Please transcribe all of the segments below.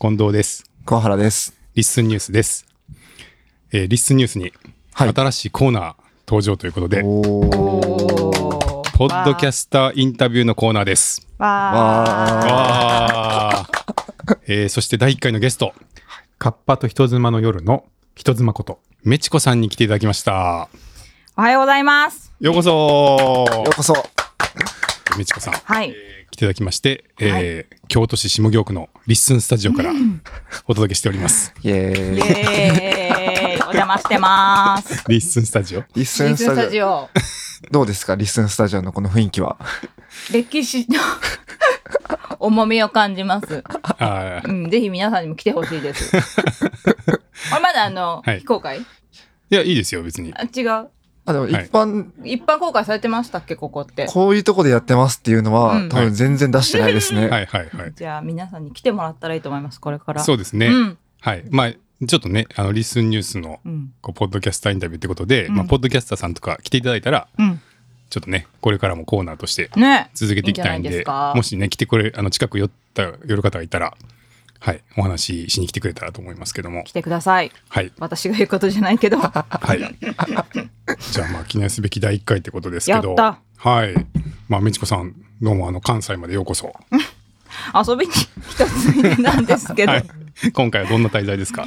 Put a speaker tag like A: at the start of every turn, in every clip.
A: 近藤です。
B: 桑原です。
A: リッスンニュースです。えーリッスンニュースに
B: はい
A: 新しいコーナー登場ということで、
B: おー
A: ポッドキャスターインタビューのコーナーです。
C: わー
A: わー えーそして第1回のゲスト、
D: カッパと人妻の夜の人妻こと。
A: メチコさんに来ていただきました。
C: おはようございます。
A: ようこそ
B: ようこそ。
A: メチコさん、
C: はい。
A: 来ていただきまして、えー京都市下京区のリッスンスタジオからお届けしております。
B: イエー
C: イ
B: イ。
C: エーイ。お邪魔し てます。
A: リッスンスタジオ。
B: リッスンスタジオ。
C: オ。
B: どうですかリッスンスタジオのこの雰囲気は。
C: 歴史の 重みを感じます。
A: あー
C: うん、ぜひ皆さんにも来てほしいです。これまだあの、
A: はい
C: 非公開
A: いや、いいですよ、別に。
C: あ、違う。
B: あ、でも
A: い
B: 一般、
C: 一般公開されてましたっけ、ここって。
B: こういうとこでやってますっていうのは、
C: うん
B: 多分全然出してないですね。
A: はいはいはい。
C: じゃあ皆さんに来てもらったらいいと思います、これから。
A: そうですね。
C: うん。
A: はい。まあ、ちょっとね、あの、リスンニュースの、
C: うん。
A: こう、ポッドキャスターインタビューってことで、
C: うん
A: まあ、ポッドキャスターさんとか来ていただいたら、
C: うん。
A: ちょっとね、これからもコーナーとして
C: ね。
A: 続けていきたいんで、
C: いいんじゃないですか
A: もしね、来てくれ、あの、近く寄った、寄る方がいたら、はい、お話ししに来てくれたらと思いますけども
C: 来、てください。
A: はい、
C: 私が言うことじゃないけど。
A: はい。 じゃあ、まあ、記念すべき第1回ってことですけど、
C: やっ
A: はい。まあ、みちこさん、どうも、あの、関西までようこそ。
C: 遊びに来たついでなんですけど。
A: はい。今回はどんな滞在ですか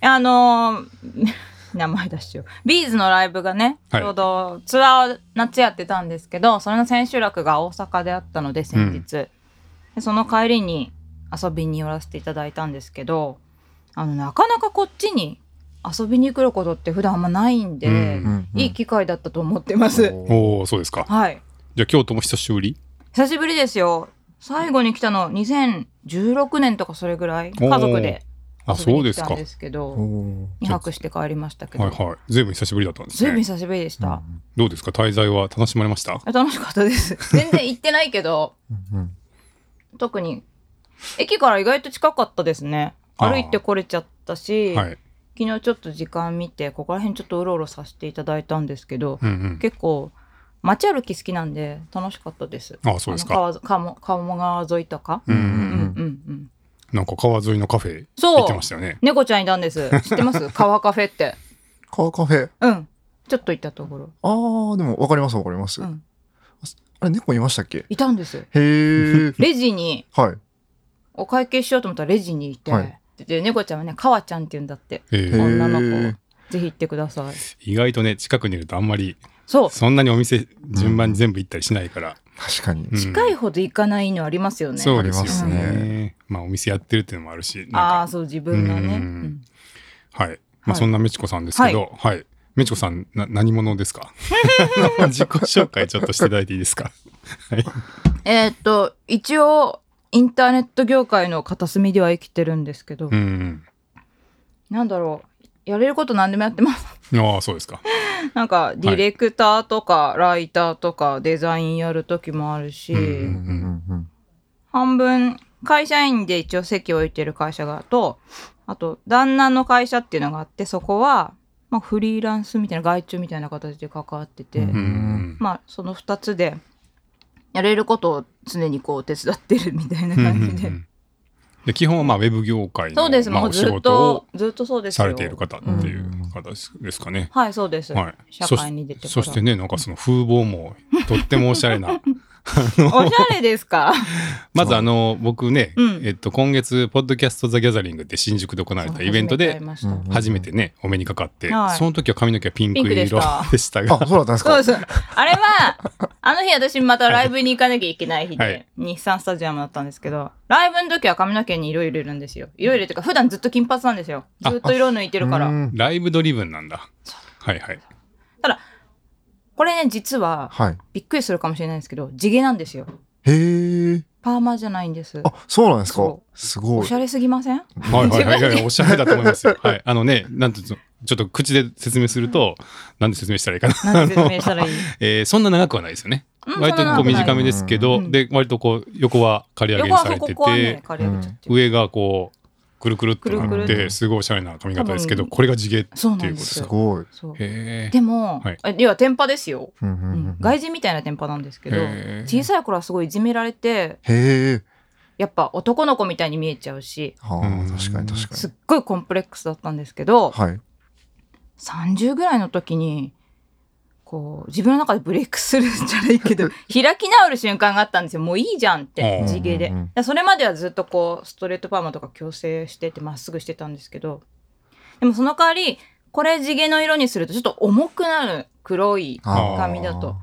C: あのー名前出しちゃうビーズのライブがね、
A: はい
C: ちょうどツアーを夏やってたんですけどそれの千秋楽が大阪であったので先日、でその帰りに遊びに寄らせていただいたんですけどあのなかなかこっちに遊びに来ることって普段あんまないんで、
A: うん
B: うん
C: いい機会だったと思ってます。
A: おおそうですか。
C: はい
A: じゃあ、京都も久しぶり
C: 久しぶりですよ最後に来たの2016年とかそれぐらい家族で
A: あ、
C: 遊び
A: そう
C: に
A: で
C: 来
A: す
C: た
A: か。
C: ん
A: はい
C: ですけど
B: おー
C: 2泊して帰りましたけど、
A: はい。ずいぶん久しぶりだったんです
C: ずいぶん
A: ね。
C: 久しぶりでし
B: う
C: た。
B: ん
A: どうですか滞在は楽しまれました
C: 楽しかった です。全然行ってないけど、
B: うん
C: 特に。駅から意外と近かったですね。
A: あー
C: 歩いてこれちゃったし、
A: はい。
C: 昨日ちょっと時間見て、ここら辺ちょっとうろうろさせていただいたんですけど、
A: うん
C: 結構、街歩き好きなんで楽しかったです。
A: うん。あそうです
C: あ
A: か。
C: の川ず鴨鴨川沿いとか。
A: う
B: うんん
A: う
C: うんんうんうん。
A: なんか川沿いのカフェ行
C: そ
A: って
C: う
A: ましたよね。
C: 猫ちゃんいたんです。知ってます 川カフェって。
B: カーカフェ。
C: うん。ちょっと行ったところ。
B: あー、でも分かります分かります。
C: う
B: あ
C: ん。
B: れ、猫いましたっ け
C: いたんです。。
B: へー
C: レジに、
B: はい。
C: お会計しようと思ったらレジにいて、
B: はい
C: で猫ちゃんはね川ちゃんって言うんだって
A: え
B: へ
A: ー
B: ー
C: 女の子ぜひ行ってください
A: 意外とね近くにいるとあんまり
C: そう
A: そんなにお店順番に全部行ったりしないから、
B: 確かに。
A: うん
C: 近いほど行かないのありますよね
A: そうですよね
B: あります
A: まあお店やってるっていうのもあるしなん
C: あ
A: か
C: あそう自分がね、
A: う
C: うんん
A: はい、まあ、そんなメチコさんですけどはい、メチコさんな何者ですか自己紹介ちょっとしていただいていいですか
C: えーっと一応インターネット業界の片隅では生きてるんですけど、
A: うん
C: なんだろうやれること何でもやってます
A: ああそうですか
C: なんかディレクターとかライターとかデザインやる時もあるし、
A: うん
B: うんうんうん
C: 半分会社員で一応席を置いてる会社がとあと旦那の会社っていうのがあってそこは、まあ、フリーランスみたいな外注みたいな形で関わってて、
B: う
A: うんん
C: まあその2つでやれることを常にこう手伝ってるみたいな感じ
A: う
C: で、
A: んうんうんで基本はまあウェブ業界の
C: そうです、
A: まあ、
C: も
A: お
C: う
A: 仕
C: ずっ
A: 事を
C: とずっとそうですよ
A: されている方っていう方ですですかね。
C: はいそうです、
A: はい、
C: 社会に出てから
A: そしそしてねなんかその風貌もとってもおしゃれ な
C: おしゃれですか
A: まずあの僕ね、
C: うん
A: えっと、今月「ポッドキャスト・ザ・ギャザリング」って新宿で行われたイベント
C: 初めて会い
A: で
C: ました
B: うん
A: 初めてねお目にかかって、
C: はい
A: その時は髪の毛はピンク色
C: ピンク
A: で
C: でした
A: したが
B: あ、そうだったんです
C: そう
B: か
C: ですあれ はあの日私またライブに行かなきゃいけない日で、
A: はい
C: 日産スタジアムだったんですけどライブの時は髪の毛に色入れるんですよ色入れっていうか普段ずっと金髪なんですよずっと色抜いてるから
B: うん
A: ライブドリブンなんだはいはい
C: これね実は
B: はい。
C: びっくりするかもしれないんですけど地毛なんですよ
B: へー。
C: パーマじゃないんです
B: あ、そうなんですか
C: そ
B: す
C: お
B: ごい
C: し。ゃれすぎ ません
A: はいはいはいはい
C: 自分
A: やおしゃれだと思いますよはいあのねなんていうのちょっと口で説明すると、なんで説明したらいいかな、
C: 何て説明したらいい、
A: えーそんな長くはないですよね
C: うん、
A: 割とこう短め
C: で
A: ですけど、
C: うん
A: で割とこう横は刈り上げ
C: 横
A: に
C: は
A: さ
C: そ
A: れ
C: こ
A: て
C: こは
A: て
C: ね刈り上げちゃってる、
A: 上がこうくるくるってな
C: く
A: っ
C: る
B: く
A: て
B: る
A: すごいおしゃれな髪型ですけど
C: 多分
A: これが地毛へ
C: そうなん
A: っ
C: で
A: ていうこと
C: す
B: す
C: よ
B: ごい。
C: そう
A: え
C: でも、
A: はい
C: え要は天パですよ、
B: うんうん
C: う
B: うん
C: ん、外人みたいな天パなんですけど
A: へー
C: 小さい頃はすごいいじめられて
B: へえ。
C: やっぱ男の子みたいに見えちゃうし
B: は
A: うん
B: あ、確かに確か
C: すっごいコンプレックスだったんですけど、
B: に。はい。
C: 30ぐらいの時にこう自分の中でブレイクスルーじゃな いけど開き直る瞬間があったんですよもういいじゃんっ
A: う
C: て
A: ん
C: 地毛で
B: うんうんうん
C: でそれまではずっとこうストレートパーマとか矯正しててまっすぐしてたんですけどでもその代わりこれ地毛の色にするとちょっと重くなる黒い
B: あー
C: 髪だと。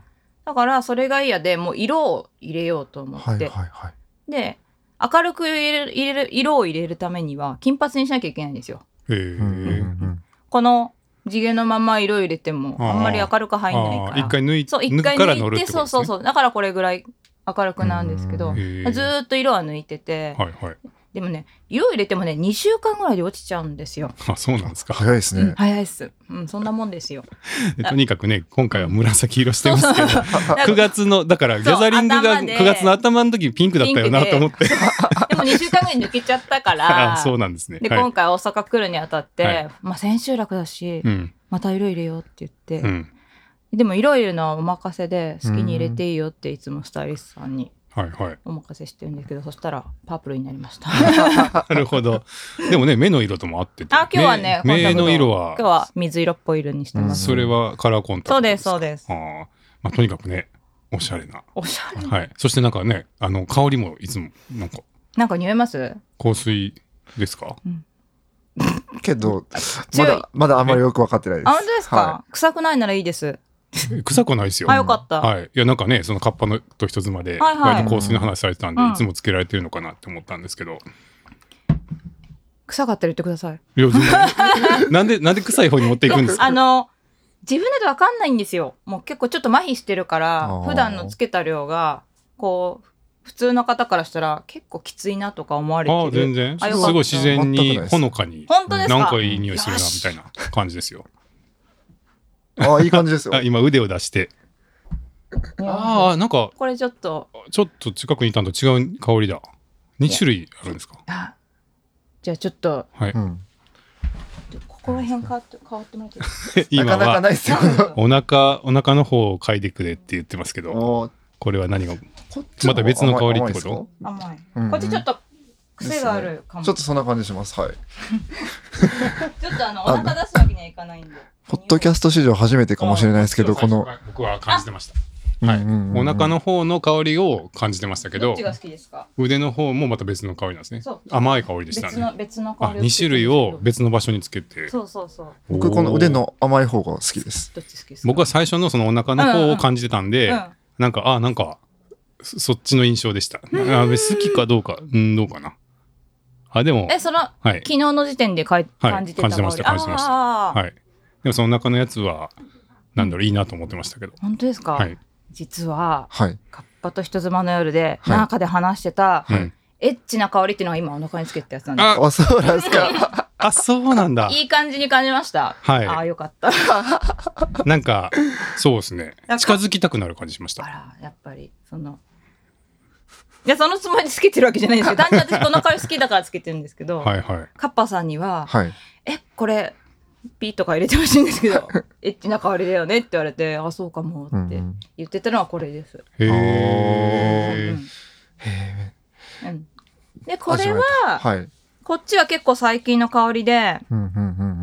C: だからそれが嫌でもう色を入れようと思って、
B: はいはいはい。
C: で明るく入れる入れる色を入れるためには金髪にしなきゃいけないんですよ。
A: へ
B: うんうん
A: え。
B: うん
C: この地毛のまま色入れてもあんまり明るく入んない
A: あー
C: から
A: 一回抜い
C: そう一
A: 抜
C: 回
A: くから乗
C: 抜
A: る
C: い、
A: っててこと
C: そ
A: で
C: う
A: す
C: そう
A: ね。
C: そうだからこれぐらい明るくなるんですけ
B: う
C: ど
A: へ
C: ずーっと色は抜いてて、
A: はいはい。
C: でもね色入れてもね2週間ぐらいで落ちちゃうんですよ、
A: あ、そうなんですか。
B: 早いです ね。
C: 早いっす、うん、そんなもんですよ
A: でとにかくね、今回は紫色してますけ ど、
C: だから
A: 9月の、だから、
C: そう
A: ギャザリングが
C: 頭で
A: 9月の頭の時ピンクだったよなと思って。
C: でも2週間ぐらい抜けちゃったか ら
A: あそうなんですね。
C: で、
A: はい
C: 今回大阪来るにあたって、
A: はい
C: まあ、千秋楽だし、
A: うん。
C: また色入れようって言っ
A: う
C: て、
A: ん。
C: でも色入れるのはお任せで好きに入れていいよっていつもスタイリストさんに
A: はいはい。
C: お任せしてるんですけどそしたらパープルになりました
A: なるほど。でもね、目の色とも合ってて。
C: あ今日はね
A: 目目
C: コンタクト
A: の色
C: 今日は水色っぽい色にしてます、
A: それはカラーコンタクト
C: そうですそうです
A: あーまあ、とにかくね、おしゃれな。
C: おしゃれ
A: はい。そしてなんかね、あの、香りもいつも、なんか、
C: なんか匂います
A: 香水です か
B: けど、ま
C: 強い
B: だ、まだあんまりよく分かってないです。
C: あ本当ですか、
B: は
C: 臭くないならいいです
A: え臭くないですよ。
C: あよかった
A: はい。いや、なんかね、そのカッパのと人妻で、
C: はいはい
A: 割と香水の話されてたんで、
C: うん
A: いつもつけられてるのかなって思ったんですけど。
C: 臭かったら言ってください
A: いや、全 然なんで、なんで臭い方に持っていくんですか
C: あの自分だと分かんないんですよもう結構ちょっと麻痺してるから
B: あー
C: 普段のつけた量がこう普通の方からしたら結構きついなとか思われ
A: ああ、
C: て
A: 全
C: る
A: 然。す
C: あよかった
A: ごい自然
B: 全く
A: に、
B: ないです
A: ほのかに、
C: 本当ですか
A: なんかいい匂いするな、
C: よ
A: み
C: した
A: いな感じですよ。
B: い。あ、いい感じですよ
A: あ。今、腕を出して。
C: いや
A: ああ、なんか、
C: これちょっと
A: ちょっと近くにいたのと違う香りだ。2種類あるんですか
C: あじゃあちょっと
A: はい。
B: うん
C: ここら辺変わって変わってもらっていいで す
B: な
A: 今
B: かなか
A: は、
B: ない ですよ。
C: か
A: お腹、お腹の方を嗅いでくれって言ってますけど、
B: おー
A: これは何が、う
B: こっちの
A: また別の香りってこと
B: 甘いですか
C: 甘い
B: うんうん
C: こっちちょっと癖があるかも、
B: ちょっとそんな感じします。はい。
C: ちょっとあのお腹出すわけにはいかないんで
B: ポッドキャスト史上初めてかもしれないですけど、この、
A: 僕は感じてました。
B: うん
A: はい、
B: うんうん
A: お腹の方の香りを感じてましたけ
C: ど
A: ど
C: っちが好きですか
A: 腕の方もまた別の香りなんですね
C: そう
A: 甘い香りでした
C: 別
A: ね
C: の別の
A: あ
C: 香り
A: 2種類を別の場所につけて
C: そうそうそう
B: 僕この腕の甘い方が好きです。
C: どっち好きですか
A: 僕は最初のそのお腹の方を感じてたんで、
C: うん
A: なんかあなんかそそっちの印象でしたあ好きかどうかうんどうかなあでも
C: えその昨
A: はい、
C: 日の時点でかい、
A: はい
C: 感じてた香り
A: 感じてました感じてました
C: あー
A: はい、でもその中のやつはなんだろういいなと思ってましたけど、
C: 本当ですか、
A: はい
C: 実は
B: はい。
C: カッパと人妻の夜で、
B: はい
C: 中で話してた、
A: うん、
C: エッチな香りっていうのが今お腹につけてたやつなんで
A: あ
B: あ、そうなんですか。
A: あそうなんだ
C: いい感じに感じました、
A: はい
C: ああよかった
A: なんかそうですね
C: なんか
A: 近づきたくなる感じしました
C: あらやっぱりそのいやそのつもりでつけてるわけじゃないんですけ ど単純に私この香り好きだからつけてるんですけど、
A: はいはい
C: カッパさんには
B: はい。
C: えこれピーとか入れてほしいんですけどエッチな香りだよねって言われてあそうかも
B: うん
C: っ
B: う
C: て
B: ん
C: 言ってたのはこれです。
A: へー
B: へ
C: うんうんでこれ
B: ー
C: は
B: はい。
C: こっちは結構最近の香りで
B: うんうんうん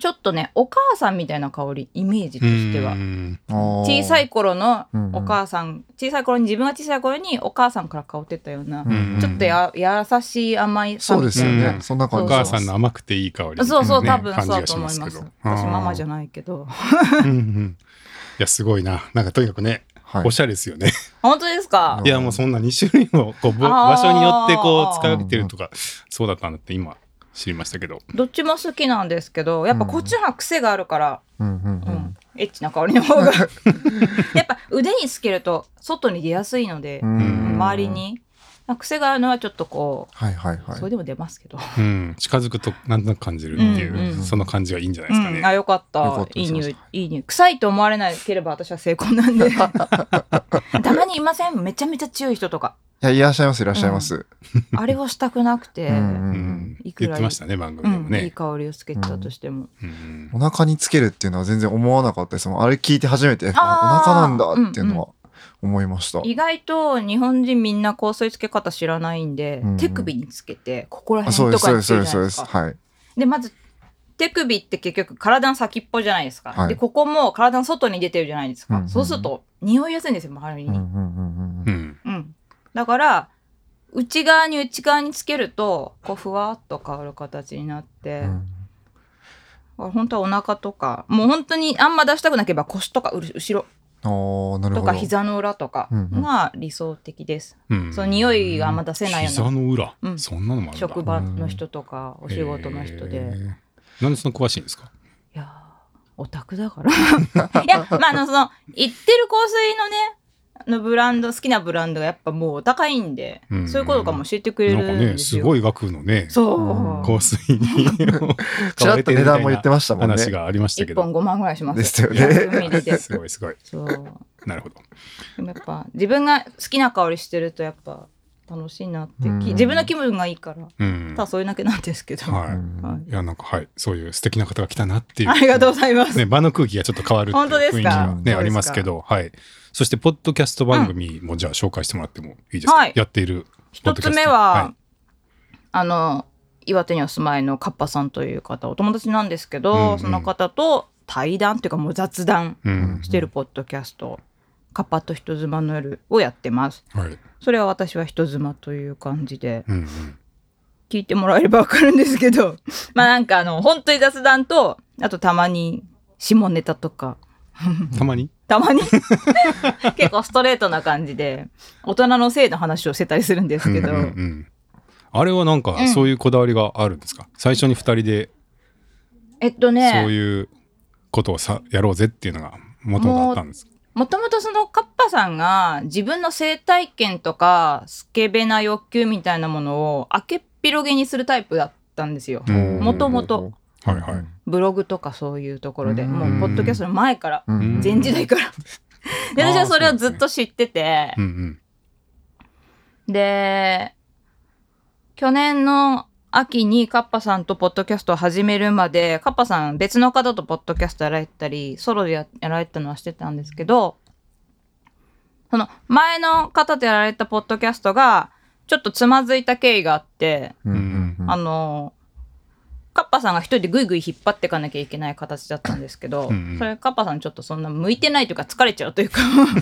C: ちょっとねお母さんみたいな香りイメージとしては
A: うー。ん
B: うん。あー
C: 小さい。頃の
B: うんうん
C: お母さん、小さい頃に自分が小さい頃にお母さんから香ってたような、
B: うんうん
C: ちょっとや優しい甘い
B: そうですよ
A: う
B: ね。
A: ん
B: そんな
A: お
B: 感じ
A: 母さんの甘くていい香りみたいなね、
C: そうそう、多分そうだと思います
A: けど
C: 私ママじゃ
A: な
C: ないけど
A: い。うんうんいや、すごいな。なんかとにかくね、
B: はい
A: おしゃれですよね。
C: 本当ですか
B: う、ん
A: いや、もうそんな2種類もこうぼ
C: あー
A: 場所によってこう使われてるとか、そうだったんだって今知りましたけど。
C: どっちも好きなんですけどやっぱこっちの方が癖があるから、
B: うんうん
C: う
B: うんん。
C: エッチな香りの方が やっぱ腕につけると外に出やすいので、
B: うん
C: 周り。に癖があるのはちょっとこう、
B: はいはいはい
C: それ。でも出ますけど、
A: うん、近づくとなんとなく感じるっていう、
C: うんうん
A: その感じがいいんじゃないですか
C: うんあ
A: ね。
C: よかった
B: よかった
C: いい匂
B: そう
C: い
B: そ
C: いい匂い臭いと思われなければ私は成功な んでたまにいませんめちゃめちゃ強い人とか
B: いや、いらっしゃいます、いらっしゃいます。
C: あれをしたくなくて、
B: う
C: うん
B: うんん
A: う
B: うん
A: ん
C: いくら
A: 言ってましたね、番組でも
C: いい
A: ね。
C: 香りをつけてたとしても、
A: うん
B: お腹につけるっていうのは全然思わなかったですもん。あれ聞いて初めて、あお
C: あー
B: 腹なんだっていうのは思いました。
C: 意外と日本人みんな香水つけ方知らないんで、
B: うんうん
C: 手首につけてここら
B: あそう
C: 辺
B: で
C: と
B: す、そうで
C: かに
B: す、
C: つけ
B: そう
C: る
B: で
C: じ
B: す、
C: ゃ
B: そう
C: ない
B: で
C: です
B: す。
C: か。
B: はい。
C: でまず手首って結局体の先っぽじゃないですか、
B: はい
C: でここも体の外に出てるじゃないですか、
B: うんうん
C: そうすると匂いやすいんですよ周り
B: うん
C: に、
B: う
C: うん
B: んうん
A: う
B: うん
A: ん。
C: だから内側に内側につけるとこうふわっと香る形になって、
B: うん。
C: 本当はお腹とかもう本当にあんま出したくなければ腰とかうる後ろ
B: ああ、なるほ
C: と
B: ど。
C: か膝の裏とか
B: うんうん
C: が理想的です、
A: うん。
C: その匂いがあんま出せないような
A: 膝の裏、
C: うん
A: そんなのもあるんだ
C: 職場の人とかお仕事の人で、
A: へーなんでそんな詳しいんですか
C: いやーオタクだから いやまああのその行ってる香水のねあのブランド好きなブランドがやっぱもうお高いんで、
A: うん
C: そういうことかも教えてくれ
A: な
C: る
A: んか
C: ん
A: ね
C: です
A: す
C: よ、
A: ごい額のね
C: そう、
B: うん
A: 香水に
B: ちらっと値段も言ってましたもんね。
A: 話がありました
C: 1
A: けど、
C: 本5万ぐらいします
B: ですよね
C: 100ミリです
A: ごい すごい
C: そう
A: なるほど
C: でもやっぱ自分が好きな香りしてるとやっぱ楽しいなって、き
B: うん
C: 自分の気分がいいから
A: うん
C: ただそれだけなんですけど、
A: は
B: うん
C: はい
A: いいやなんかはいそういう素敵な方が来たなっていう
C: ありがとうございます、
A: ね、場の空気がちょっと変わるって
C: 本当
A: い
C: で
A: う雰
C: す
A: 囲気
C: か
A: が
B: そう
C: で
A: ね
C: すか
A: ありますけど、はい、そしてポッドキャスト番組もじゃあ紹介してもらってもいいですか、
C: はい
A: やっているポッ
C: 一
A: ドキャ
C: つ
A: スト
C: 目は、
A: はい
C: あの岩手にお住まいのカッパさんという方お友達なんですけど、
A: うんうん
C: その方と対談というかもう雑談
A: うん
C: してるポッドキャスト「カッパと人妻の夜」をやってます
A: はい
C: それは私は人妻という感じで
A: うん
C: 聞いてもらえればわかるんですけど まあなんかあの本当に雑談とあとたまに下ネタとか
A: うん、たまに
C: た まに結構ストレートな感じで大人の性の話をしてたりするんですけど、
A: うんうんうんあれはなん
C: う
A: か
C: ん
A: そういうこだわりがあるんですか、最初に2人で
C: えっとね
A: そういうことをさやろうぜっていうのが元だったんですか
C: もともとそのカッパさんが自分の生体験とかスケベな欲求みたいなものを明けっ広げにするタイプだったんですよ。
A: うん
C: もともと
A: はいはい。
C: ブログとかそういうところで
B: うん
C: もうポッドキャストの前から
B: うん
A: うん
C: 前時代から で私はそれをずっと知ってて
A: うんうん
C: で去年の秋にカッパさんとポッドキャストを始めるまでカッパさん別の方とポッドキャストやられたりソロでややられてたのはしてたんですけどその前の方とやられたポッドキャストがちょっとつまずいた経緯があって、
B: うんうんうん
C: あのカッパさんが一人でぐいぐい引っ張っていかなきゃいけない形だったんですけど、
A: うんうん
C: それカッパさんちょっとそんな向いてないというか疲れちゃう というかもう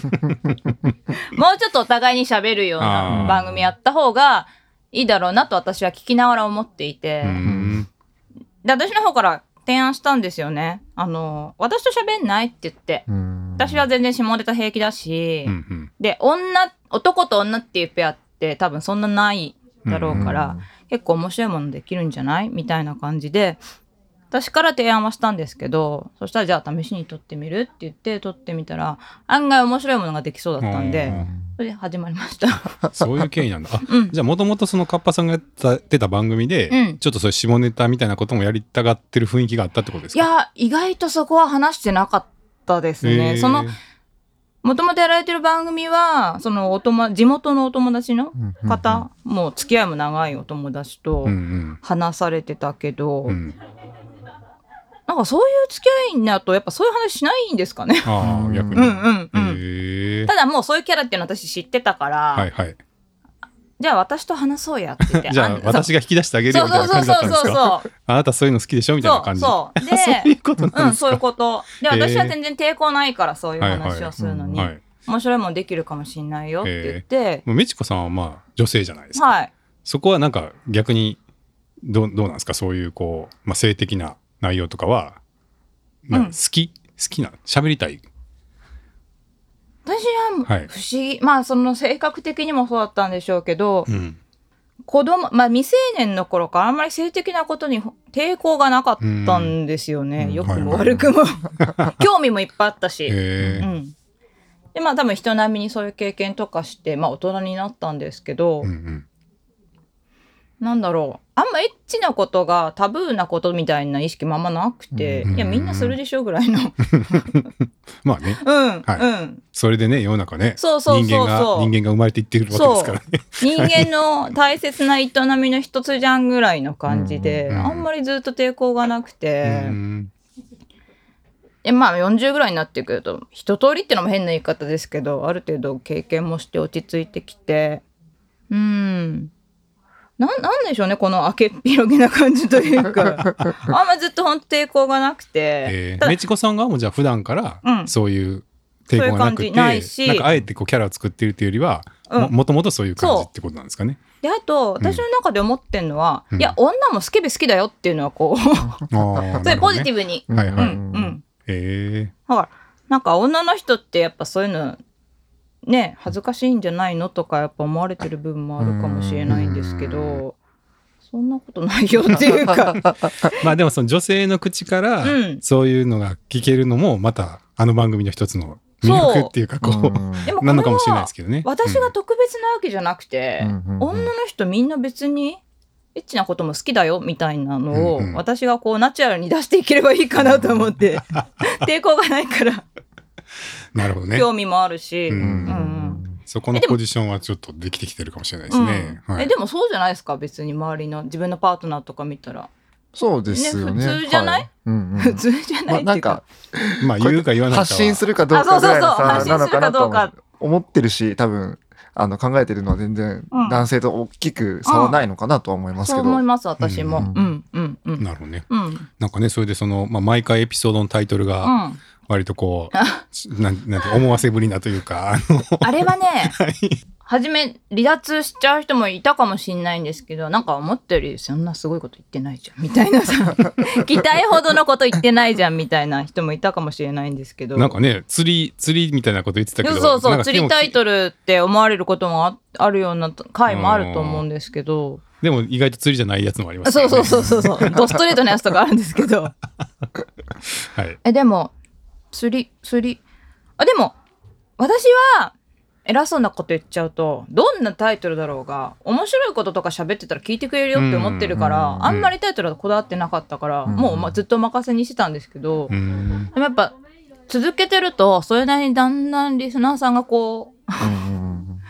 C: ちょっとお互いに喋るよう
A: あ
C: な
A: ー
C: 番組やった方がいいだろうなと私は聞きながら思っていて、
A: うん
C: で私の方から提案したんですよねあの私と喋んないって言って
B: うん
C: 私は全然下ネタ平気だし、
A: うんうん
C: で女男と女っていうペアって多分そんなないだろうから、
B: うん
C: 結構面白いものできるんじゃないみたいな感じで私から提案はしたんですけどそしたらじゃあ試しに撮ってみるって言って撮ってみたら案外面白いものができそうだったん
A: う
C: で
A: ん
C: それで始まりました
A: そういう経緯なんだ。あ
C: うん
A: じゃあもともとそのカッパさんがやった出た番組で、
C: うん
A: ちょっとそういう下ネタみたいなこともやりたがってる雰囲気があったってことです
C: い
A: か
C: や意外とそこは話してなかったです
A: へ
C: ね
A: ー
C: そのもともとやられてる番組はそのおとも地元のお友達の方、もう付き合いも長いお友達と
A: うんうん
C: 話されてたけど、
A: うん、
C: なんかそういう付き合いになるとやっぱそういう話しないんですかね
A: あ
B: う
A: あ
B: ん
A: 逆に、
C: うんうんうん、
A: へえ
C: ただもうそういうキャラっていうの私知ってたから、
A: はいはい
C: じゃあ私と話そうやって 言って
A: じゃあ私が引き出してあげるよみたいな感じだったんです
C: そうそう
A: か
C: そうそうそう
A: あなたそういうの好きでしょみたいな
C: そう
A: 感じ
C: そうで
A: そういうこと
C: う
A: なん
C: ん
A: ですか、
C: そういうことで
A: へー
C: 私は全然抵抗ないからそういう
A: はい
C: 話
A: はい
C: をするのに、
A: はい
C: 面白いもんできるかもしんないよって言って、
A: もう美智子さんはまあ女性じゃないですか、
C: はい
A: そこはなんか逆にどうどうなんですかそういうこう、まあ、性的な内容とかは、まあ、
C: うん
A: 好き、好きな喋りたい
C: 私は不
A: は
C: 思
A: い
C: 議、まあその性格的にもそうだったんでしょうけど、
A: うん
C: 子供まあ未成年の頃からあんまり性的なことに抵抗がなかったんですよね、
B: うん
C: 良くも 悪くも、興味もいっぱいあったし、
A: へえ
C: うん、でまあ多分人並みにそういう経験とかして、まあ、大人になったんですけど、
A: うんうん
C: なんだろうあんまエッチなことがタブーなことみたいな意識もあんまなくて、
B: うん
C: いやみんなするでしょぐ らいの
A: まあね
C: うん、
A: はい
C: うん
A: それでね世の中ね
C: そうそうそうそ
A: 人間
C: う
A: が人間が生まれていってるわけですからね
C: 人間の大切な営みの一つじゃんぐらいの感じで、
A: うん
C: あんまりずっと抵抗がなくて、
A: うん
C: えまあ40ぐらいになってくると一通りってのも変な言い方ですけどある程度経験もして落ち着いてきてうんなんなんでしょうねこの開けっ広げな感じというか あんまずっと本当抵抗がなくて
A: え、
C: た
A: ー、
C: だ
A: メチコさん側もじゃあ普段か
C: う
A: ら
C: ん
A: そういう抵抗がなく
C: そう
A: て、
C: いう感じないし
A: なんかあえてこうキャラを作ってるというよりは、
C: うん
A: ももともとそういう感じってことなんですかね。
C: であと私の中で思ってるのは、
A: うん
C: いや女もスケベ好きだよっていうの はこうそ
A: あー
C: ういうポジテ
A: ィ
C: ィブに、
A: はいは
C: う
A: い
C: んうん
A: え
C: だからなんか女の人ってやっぱそういうのね恥ずかしいんじゃないのとかやっぱ思われてる部分もあるかもしれないんですけ
A: う
C: どそんなことないよってい うか
A: ーまあでもその女性の口から
C: うん
A: そういうのが聞けるのもまたあの番組の一つの魅力っていうかこう、
C: でもこ
A: なの
C: れ
A: かもしれないで
C: は
A: すけどね。
C: 私が特別なわけじゃなくて、女の人みんな別にエッチなことも好きだよみたいなのを、
A: うんうん
C: 私がこうナチュラルに出していければいいかなと思って 抵抗がないから
A: うんなるほどね。
C: 興味もあるし、
A: うん
C: うん
A: そこのポジションはちょっとできてきてるかもしれないですね。
C: うん
A: はい
C: えでもそうじゃないですか別に周りの自分のパートナーとか見たら
B: そうですよね。
C: ね普通じゃない
B: はうんうん
C: 普通じゃな
B: ま
C: い
B: あ
C: って
B: ないん
C: うか,、
B: か
A: まあ言うか言わないかは
B: 発信するかどうかぐらいのさ
C: あそうそうそう
B: なのかなと
C: 発信するか
B: は思ってるし多分あの考えてるのは全然
C: うん
B: 男性と大きく差はないのかなとは思います
C: そう
B: け
C: 思い
B: ど。
C: ます私も、う
B: うんん、
C: うんうんうん
A: なるほどね。
C: うん
A: なんかね、それでその、まあ、毎回エピソードのタイトルが、
C: うん
A: 割とこう、なん、なんて思わせぶりなというか、あの、
C: あれはね、初め離脱しちゃう人もいたかもしれないんですけど、なんか思ったよりそんなすごいこと言ってないじゃんみたいなさ、期待ほどのこと言ってないじゃんみたいな人もいたかもしれないんですけど。
A: なんかね、釣り、釣りみたいなこと言ってたけど、
C: そうそう
A: な
C: そ
A: ん
C: う、
A: か
C: 釣りタイトルって思われることもああるような回もあると思うんですけど、
A: でも意外と釣りじゃないやつもあります。
C: あそうそうそううそうそう、ドストレートなやつとかあるんですけど。
A: はい。
C: えでも釣り釣りあでも私は偉そうなこと言っちゃうとどんなタイトルだろうが面白いこととか喋ってたら聞いてくれるよって思ってるか
B: うん
C: ら、
B: うんうん
C: あんまりタイトルはこだわってなかったから、
B: うん
C: もうまずっとお任せにしてたんですけど、
A: うー ん。
C: でもやっぱ続けてるとそれなりにだんだんリスナーさんがこう
B: うんうんうん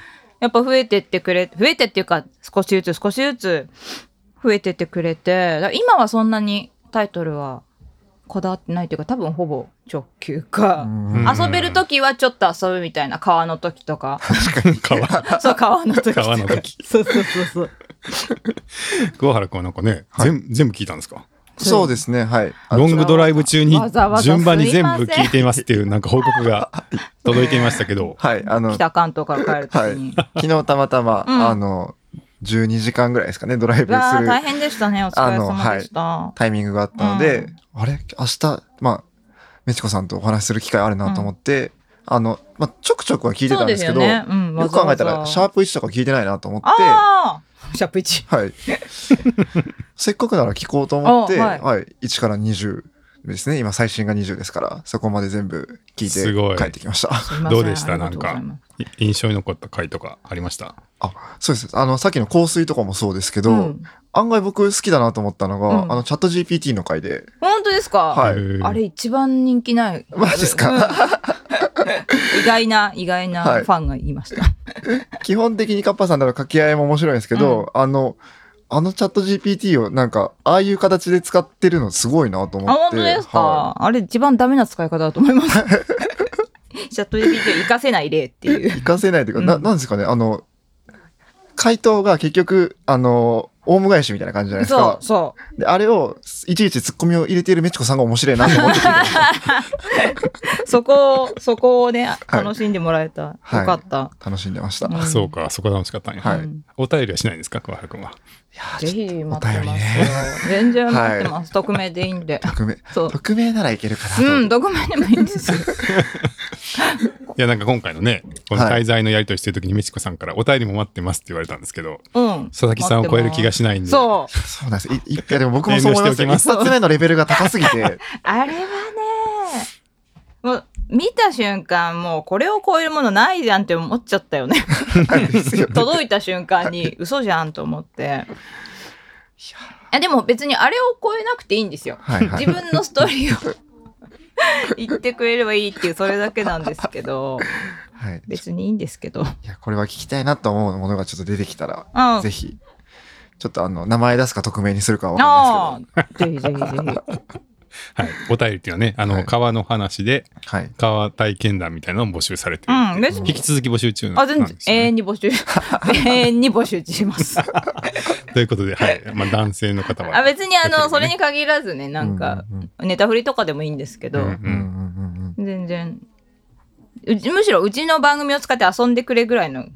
C: やっぱ増えてってくれ増えてっていうか少しずつ少しずつ増えてってくれてだから今はそんなにタイトルはこだわってないというか多分ほぼ直球か。
B: うんうん
A: あ
C: 遊べる時はちょっと遊ぶみたいな川の時 とか
A: 川、
C: そう川の時とか
A: 川の時。
C: そうそうそうそう
A: 桑原君はなんかね、
B: はい
A: 全部全部聞いたんですか
B: そうですねはい。あ
A: ロングドライブ中に
C: わざわざ
A: 順番に全部
C: すいません
A: 聞いていますっていうなんか報告が 届いていましたけど、
B: はいあの
C: 北関東から帰る時に、
B: 昨日たまたま
C: うん
B: あの12時間ぐらいですかねドライ
C: う
B: ブ
C: わ
B: す
C: あ
B: る
C: 大変でしたねお疲れ様でした、
B: タイミングがあったので、
C: う
B: あれ明日、まあ、めちこさんとお話しする機会あるなと思って、あの、まあ、ちょくちょくは聞いてたんですけど、
C: そう
B: よ
C: ですよねうんわ
B: く
C: ざわざ
B: 考えたら、シャープ1とか聞いてないなと思って、は
C: ああシャープ1
B: い。せっかくなら聞こうと思って、
C: おは
B: はいい、1から20ですね。今、最新が20ですから、そこまで全部聞
A: すごい
B: いて帰ってきました。
C: すいません
A: どうでした
C: ありがとうございます
A: い印象に残った回とかありました
B: あ、そうです。あの、さっきの香水とかもそうですけど、
C: うん
B: 案外僕好きだなと思ったのが、
C: うん
B: あの、チャット GPT の回で、
C: 本当ですか、
B: はい
A: へー
C: あれ一番人気ない
B: マジですか
C: うん意外な意外な
B: はい
C: ファンがいました、
B: 基本的にカッパさんとの掛け合いも面白いんですけど、あの、あのチャット GPT をなんか、ああいう形で使ってるのすごいなと思って。
C: あ本当ですか、
B: は
C: あれ一番ダメな使い方だと思いますシャット GPT を活かせない例っていう
B: い。活かせないというか、な
C: うん
B: なんですかね、あの、回答が結局、あの、オウム返しみたいな感じじゃないです
C: そ
B: か
C: う。そ
B: で、あれを、いちいちツッコミを入れているメチコさんが面白いなと思って聞いてました。
C: うそこをそこをね
B: はい
C: 楽しんでもらえた、
B: はい
C: よかった、
B: 楽しんでました。
C: ん
A: あそうか、そこ楽しかったんや。
B: はい
C: ん
A: お便りはしないんですか、桑原君は。
C: ぜひ待って
B: お便り
C: ますよ
B: ね
C: 全然待ってます、匿名でいいんで
B: 匿名。
C: そう
B: 匿名ならいけるかなと。
C: うん匿名でもいいんで すよ
A: いや、なんか今回のね、この
B: はい
A: 滞在のやりとりしてる時に、メチコさんからお便りも待ってますって言われたんですけど、
C: うん
A: 佐々木さんを超える気が
C: し
A: しないんで。
C: そう
B: そうなんです。いいいや、でも僕もそう思いますよ。
A: 遠慮して
B: 一
A: おきます
B: 発目のレベルが高すぎ て。
C: あれはねもう見た瞬間もうこれを超えるものないじゃんって思っちゃっ たよね
B: ですよね
C: 届いた瞬間に嘘じゃんと思っていやでも別にあれを超えなくていいんですよ
B: はいはい
C: 自。分のストーリ ーを言ってくれればいいっていうそれだけなんですけど
B: はい。
C: 別にいいんですけど
B: いや、これは聞きたいなと思うものがちょっと出てきたら、
C: うん
B: ぜひ、ちょっとあの、名前出すか匿名にするかはわかんないですけど
C: ああぜひぜひぜ
A: はい。お便りっていうのはね、あの、
B: はい
A: 川の話で、
B: はい。
A: 川体験談みたいなのを募集されてる。
C: うん、別に
A: 引き続き募集中な
C: あ
A: んです、
C: 全
A: ね。
C: 然永遠に募 集永遠に募集します。
A: ということで、はい。まあ、男性の方は。
C: あ別に
A: だ
C: あ
A: けど
C: の
A: ね
C: それに限らずねなんか
B: うん
C: ネタ振りとかでもいいんですけど、
A: うん
B: うんうんうん
C: 全然うちむしろうちの番組を使って遊んでくれぐらい の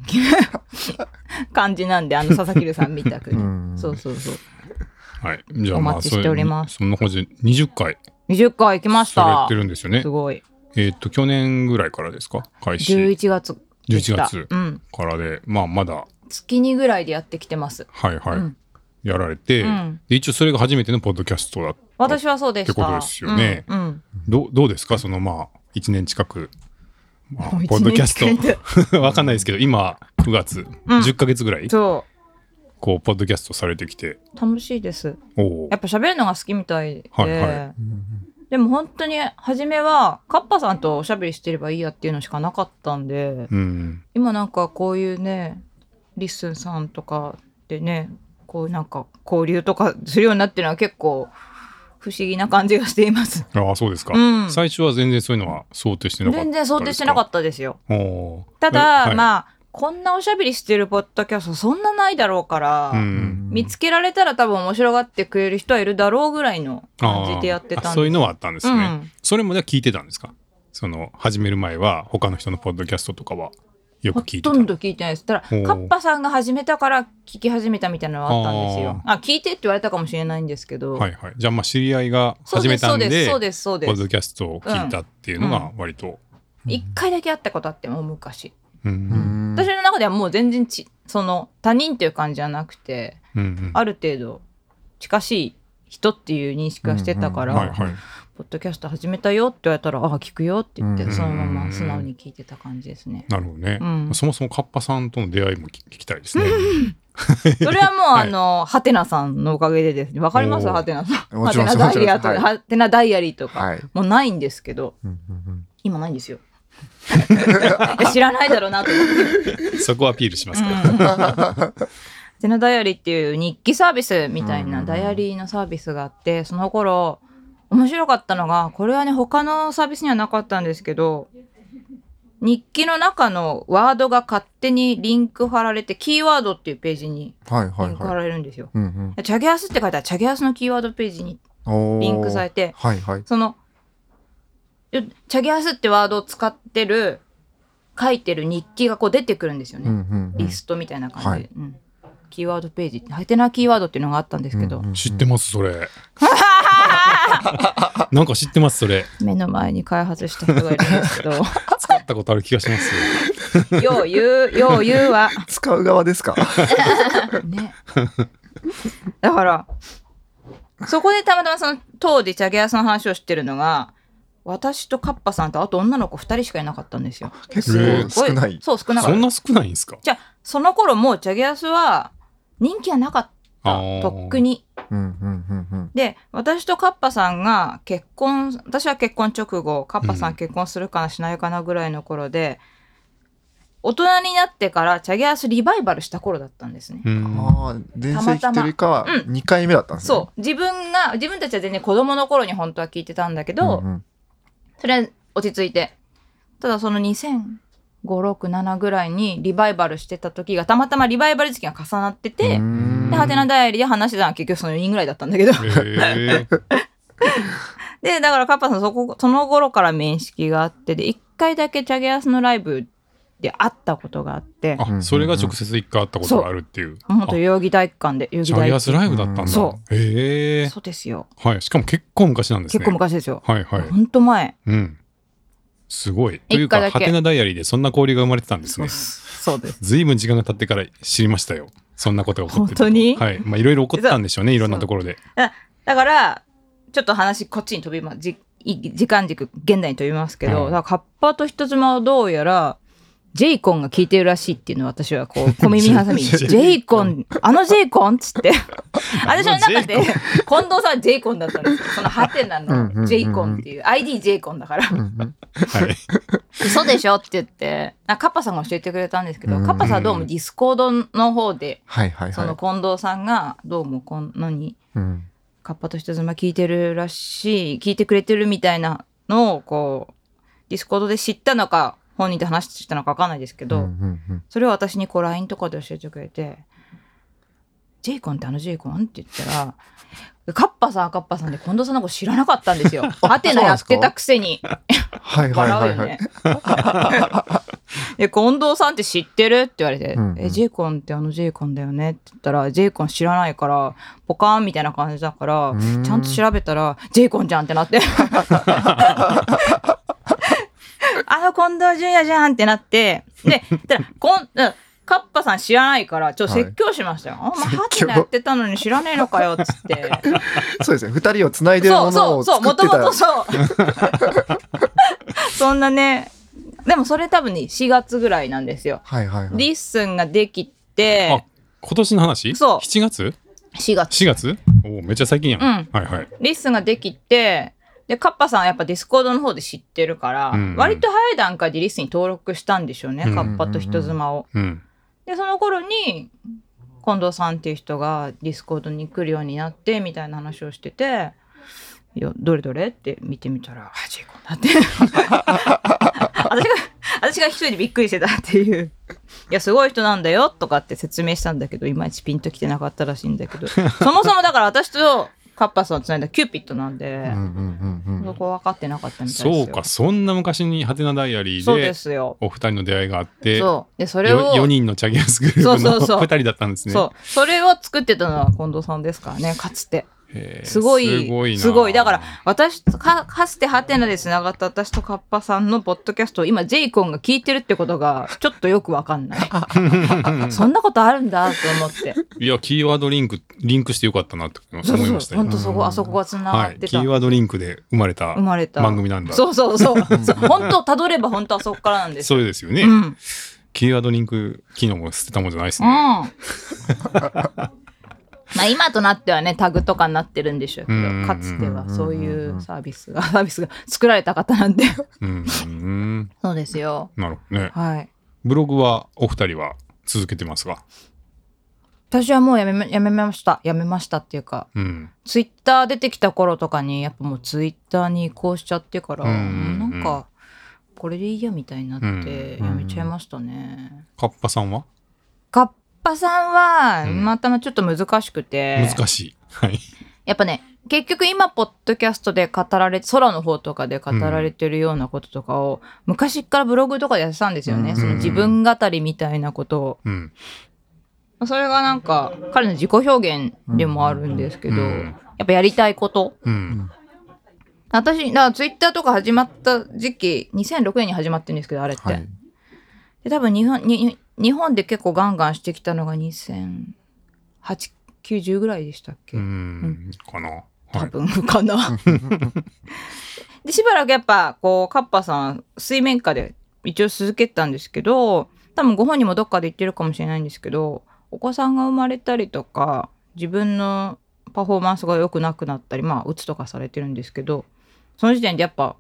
C: 感じなんであの佐々木留さんみたく
B: う
C: に。
B: んうん
C: そうそうそう
A: はい。じゃあ、
C: お
A: まあ、
C: 待ちしております
A: それそんな感じで20回
C: 20回来まし
A: さ
C: た
A: れてるんですよね
C: す。ごい
A: えーっと、去年ぐらいからですか開始
C: 11月でした
A: 11月
C: うん、
A: からで、まあ、まだ、
C: 月2ぐらいでやってきてます、
A: はいはい。
C: うん
A: やられて、
C: うん
A: で一応それが初めてのポッドキャストだ
C: 私はそうでした
A: ってことですよね
C: うんうん
A: どうどうですかそのまあ1年近く、まあ
C: もう一年
A: ポッドキャス
C: 近いんだ
A: ト わかんないですけど今9月、
C: うん
A: 10ヶ月ぐらい
C: そ
A: こうポッドキャストされてきて
C: う楽しいです
A: おお
C: やっぱ喋るのが好きみたいで、
A: はいは
C: でも本当に初めはカッパさんとおしゃべりしてればいいやっていうのしかなかったんで
A: うん
C: 今なんかこういうねリッスンさんとかでねこうなんか交流とかするようになってるのは結構不思議な感じがしています
A: ああそうですか、
C: うん
A: 最初は全然そういうのは想定してなかった
C: 全然想定してなか
A: た
C: ったですよ
A: おー
C: ただ、
A: はい
C: まあこんなおしゃべりしてるポッドキャストそんなないだろうから、
A: うん
C: 見つけられたら多分面白がってくれる人はいるだろうぐらいの
A: あ
C: 感じでやってたんで
A: ーあそういうのはあったんですね、
C: うん
A: それもじゃあ聞いてたんですかその始める前は他の人のポッドキャストとかはよく
C: ほ
A: 聞いてた
C: とんど聞いてないです。ただ、カ
A: おー
C: ッパさんが始めたから聞き始めたみたいなのはあったんですよ。あ聞いてって言われたかもしれないんですけど。
A: はいはいじゃあまあ知り合いが
C: そう
A: 始め
C: です、
A: た
C: そうん
A: で
C: です、そうです、そ
A: ポ
C: うで
A: ッド
C: す。
A: キャストを聞いたっていうのが割と、
C: 一回だけ会ったことあってもう昔。
A: うん
B: うん
C: 私の中ではもう全然ち、その、他人っていう感じじゃなくて、
A: うんうん
C: ある程度、近しい人っていう認識はしてたから、
B: うんうん
A: はいはい
C: ポッドキャスト始めたよって言われたら、ああ、聞くよって言って、
B: うんうん
C: そのまま素直に聞いてた感じですね。
A: なるほどね、
C: うん
A: そもそもカッパさんとの出会いも聞聞きたいですね。
C: それはもう、
A: はい
C: あの、ハテナさんのおかげでですね。わかります
A: おー
C: ハテナさん。
B: も
C: ハ
B: ち
C: テ
B: ろん
C: ナダイヤと
B: もちろんで
C: か、
B: す
C: ハテナダイアリーとか。
B: はい。
C: もうないんですけど、
B: うんうん
C: 今ないんですよ。 いや知らないだろうなと思って。
A: そこをアピールしますから。
C: うん テナダイアリーっていう日記サービスみたいな
B: うん
C: ダイアリーのサービスがあって、その頃、面白かったのが、これはね、他のサービスにはなかったんですけど、日記の中のワードが勝手にリンク貼られて、キーワードっていうページに
B: うんはい
C: リ
B: はい
C: ンク貼
B: はい。
C: られるんですよ。
B: うん
C: チャゲアスって書いたら、チャゲアスのキーワードページに
B: うん
C: リンクされ
B: て。
C: て、
B: はいはい。
C: その、よチャゲアスってワードを使ってる、書いてる日記がこう出てくるんですよね。
B: うんうんうん
C: リストみたいな感じで。
B: はい
C: うんキーワードページって、ハテナキーワードっていうのがあったんですけど、
B: うんうん
A: 知ってますそれ。なんか知ってますそれ。
C: 目の前に開発した人がいるんです けど、
A: 使ったことある気がしますよ。
C: よう言う、よう言うは、
B: 使う側ですか
C: ね。だから、そこでたまたまその当時、チャゲアスの話をしてるのが、私とカッパさんとあと女の子2人しかいなかったんですよ。
B: 結構少ない。
C: そう、少なか
A: そ
C: った
A: ん。な少ないんですか。
C: じゃあその頃もうチャゲアスは人気はなかった
A: あー
C: とっくに。
B: うんうんうん
C: で私とカッパさんが結婚私は結婚直後カッパさ
A: うん
C: ん結婚するかなしないかなぐらいの頃で、大人になってからチャゲアスリバイバルした頃だったんですね。
A: う
B: うんん。ああ、伝説来てるかは
C: たまたま
B: 2回目だったんですね。
C: そう自分が自分たちは全然子供の頃に本当は聞いてたんだけど、
B: んん
C: それは落ち着いてただその20056ぐらいにリバイバルしてた時がたまたまリバイバル時期が重なってて、
B: うん
C: で、ハテナダイアリーで話してたのは結局その4人ぐらいだったんだけど。
A: えー
C: で、だからカッパさんそこ、その頃から面識があって、で、1回だけチャゲアスのライブで会ったことがあって、
A: あ、それが直接一回会ったことがあるっていう。
C: 本当代々木体育館で、代々木
A: ジャ
C: 第
A: イア
C: 一
A: スライブだったんだ。
B: うん
C: そ
A: ええ
C: そうですよ。
A: はい。しかも結構昔なんですね。
C: 結構。昔ですよ。
A: はいはい。
C: ほんと前。
A: うん。すごい。というか
C: 一回だけ
A: ハテナダイアリーでそんな交流が生まれてたんです
C: そう
A: ね
C: で。す。そうです。
A: ずいぶん時間が経ってから知りましたよ。そんなことが起こってると
C: 本当に
A: はい。まあ、いろいろ起こったんでしょうね。いろんなところで。
C: だから、ちょっと話こっちに飛びます。じい時間軸、現代に飛びますけど、
A: うん
C: だからカッパと人妻はどうやら、ジェイコンが聞いてるらしいっていうのを私はこう小耳挟みに
A: ジェ
C: ジェイコンあのジェイコンっつって私の中で
A: あの
C: 近藤さんはジェイコンだったんですよそのハテナ
B: うんうんうんう
C: の
B: ん
C: ジェイコンっていう ID ジェイコンだから
B: うんうん
A: はい。
C: 嘘でしょって言ってなんかカッパさんが教えてくれたんですけど
B: うん
C: カッパさんはどうもディスコードの方で
B: はいはい
C: そ
B: は
C: の近藤さんがどうもこのに
B: い。うん
C: カッパと人妻聞いてるらしい、聞いてくれてるみたいなのを、こう、ディスコードで知ったのか、本人と話したのかわかんないです
B: う
C: け
B: ん
C: ど、
B: うんうん
C: それを私にこう LINE とかで教えてくれて、ジェイコンってあのジェイコンって言ったら、カッパさんはカッパさんで近藤さんのこと知らなかったんです よ。アテナやってたくせに。
B: はいはいは
C: 笑う
B: い
C: よ
B: はい
C: ね。。で、近藤さんって知ってるって言われて、
B: うんうん
C: え、ジェイコンってあのジェイコンだよねって言ったら、ジェイコン知らないから、ポカーンみたいな感じだから、
B: ーん
C: ちゃんと調べたら、ジェイコンじゃんってな って。あの近藤純也じゃんってなって、で、たら、こん、うんカッパさん知らないから、ちょっと説教しましたよ。あお前、ハテナやってたのに知らねえのかよ、っつって。
B: そうですね。二人を繋いでる
C: そ
B: も
C: うそ
B: の
C: う
B: を
C: そ
B: 作
C: う
B: っ
C: もと
B: てた
C: もとそう そんなねでもそれ多分ね4月ぐらいなんですよ、
B: はいはいはい。
C: リッスンができ
A: あ
C: て
A: 今年の話
C: そう
A: 7月
C: 4月
A: ?4 月おおめっちゃ最近やん、
C: うん
A: はいはい
C: リッスンができてでカッパさんはやっぱディスコードの方で知ってるから、
A: うんうん
C: 割と早い段階でリッスンに登録したんでしょうね、
A: うんうん
C: カ
A: うん
C: ッパと人妻を
A: うん
C: でその頃に近藤さんっていう人がディスコードに来るようになってみたいな話をしてて「いやどれどれ?」って見てみたら「あジェイコンだ」って私が私が一人でびっくりしてたっていう「いやすごい人なんだよ」とかって説明したんだけどいまいちピンときてなかったらしいんだけどそもそもだから私とカッパさんをつないだキューピッドなんで
B: うん、うんうんう
C: そ
B: ん。
C: こ分かってなかったみたいです
A: そ
C: よ
A: うかそんな昔に「ハテナダイアリ
C: そうで
A: ー」です
C: よ
A: お二人の出会いがあって
C: そうでそれを
A: よ4人のチャゲアスグループ
C: そうそうそ
A: の
C: う
A: 2人だったんですね
C: そうそれを作ってたのは近藤さんですからねかつて
A: へー
C: すごい
A: すごいな
C: すごいだから私とかかつてハテナでつながった私とカッパさんのポッドキャストを今ジェイコンが聞いてるってことがちょっとよくわかんない そんなことあるんだと思って
A: いやキーワードリンクリンクしてよかったなって思いま
C: そう
A: した
C: そ
A: よ
C: う本当そこあそこがつなが
A: は
C: っ
A: い
C: て
A: キ
C: た、
A: ーワードリンクで生まれた
C: 生まれた
A: 番組なんだ
C: そうそうそうそう本当たどれば本当あそこからなんです
A: そうですよね、
C: うん、うん、
A: キーワードリンク機能も捨てたもんじゃないですね、
C: まあ今となってはねタグとかになってるんでしょうけ
A: うんうんうんう
C: ど
A: ん
C: かつてはそういうサービスが サービスが作られた方なんで
A: うんうん
C: そうですよ
A: なるほどね
C: はい
A: ブログはお二人は続けてますが
C: 私はもうやめまやめましたやめましたっていうか
A: うん
C: ツイッター出てきた頃とかにやっぱもうツイッターに移行しちゃってから、
A: うんうんうん
C: もうなんかこれでいいやみたいになって
B: うん
C: やめちゃいましたね。
A: カッパさんは
C: カッパさんは
A: うん
C: またまちょっと難しくて、
A: 難しい、はい
C: やっぱね結局今ポッドキャストで語られ空の方とかで語られてるようなこととかを、昔からブログとかでやってたんですよ
B: う
C: ね、
B: ん
C: その自分語りみたいなことを。
A: うん
C: それがなんか彼の自己表現でもあるんですけど、
A: うん
C: やっぱやりたいこと
A: うん
C: 私、だツイッターとか始まった時期、2006年に始まってるんですけど、あれって。
B: はい。
C: で多分日本に、日本で結構ガンガンしてきたのが2008、90ぐらいでしたっけ、
A: うんかなは
C: 多
A: い
C: 分 かな。で、しばらくやっぱ、こう、カッパさん、水面下で一応続けてたんですけど、多分ご本人もどっかで言ってるかもしれないんですけど、お子さんが生まれたりとか、自分のパフォーマンスが良くなくなったり、まあ、うつとかされてるんですけど、その時点でやっぱ、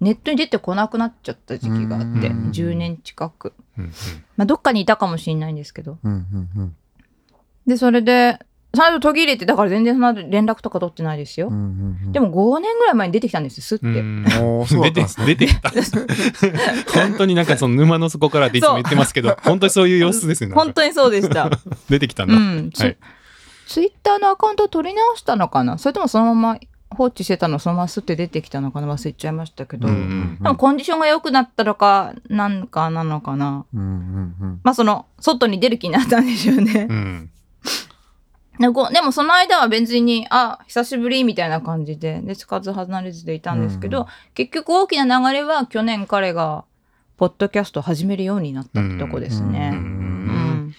C: ネットに出てこなくなっちゃった時期があって、
A: うん
C: 10年近く。
A: うん
C: まあ、どっかにいたかもしれないんですけど、
B: うんうん
C: で、それで、その後途切れて、だから全然その後連絡とか取ってないですよ。
B: うん。うんうんうん
C: でも5年ぐらい前に出てきたんですよ、すって。
A: うんうん
B: おーそうだ
A: 出
B: ったん
A: て
B: ですね
A: 出てきた本当になんかその沼の底からっていつも言ってますけど本当にそういう様子ですねなんか
C: 本当にそうでした。
A: 出てきたん
C: う
A: だ、
C: ん。
A: はい
C: ツイッターのアカウントを取り直したのかなそれともそのまま放置してたの、そのまますって出てきたのかな忘れちゃいましたけど。
A: うん
C: 多分コンディションが良くなったのか、なんかなのかな。
B: うんうんうん
C: まあその、外に出る気になったんでしょうね
A: う。ん
C: でごでもその間は別に、あ、久しぶりみたいな感じで、で、つかず離れずでいたんですけ
B: う
C: ど、
B: ん
C: 結局大きな流れは去年彼が、ポッドキャストを始めるようになったってとこです
A: う
C: ね。うん
A: ん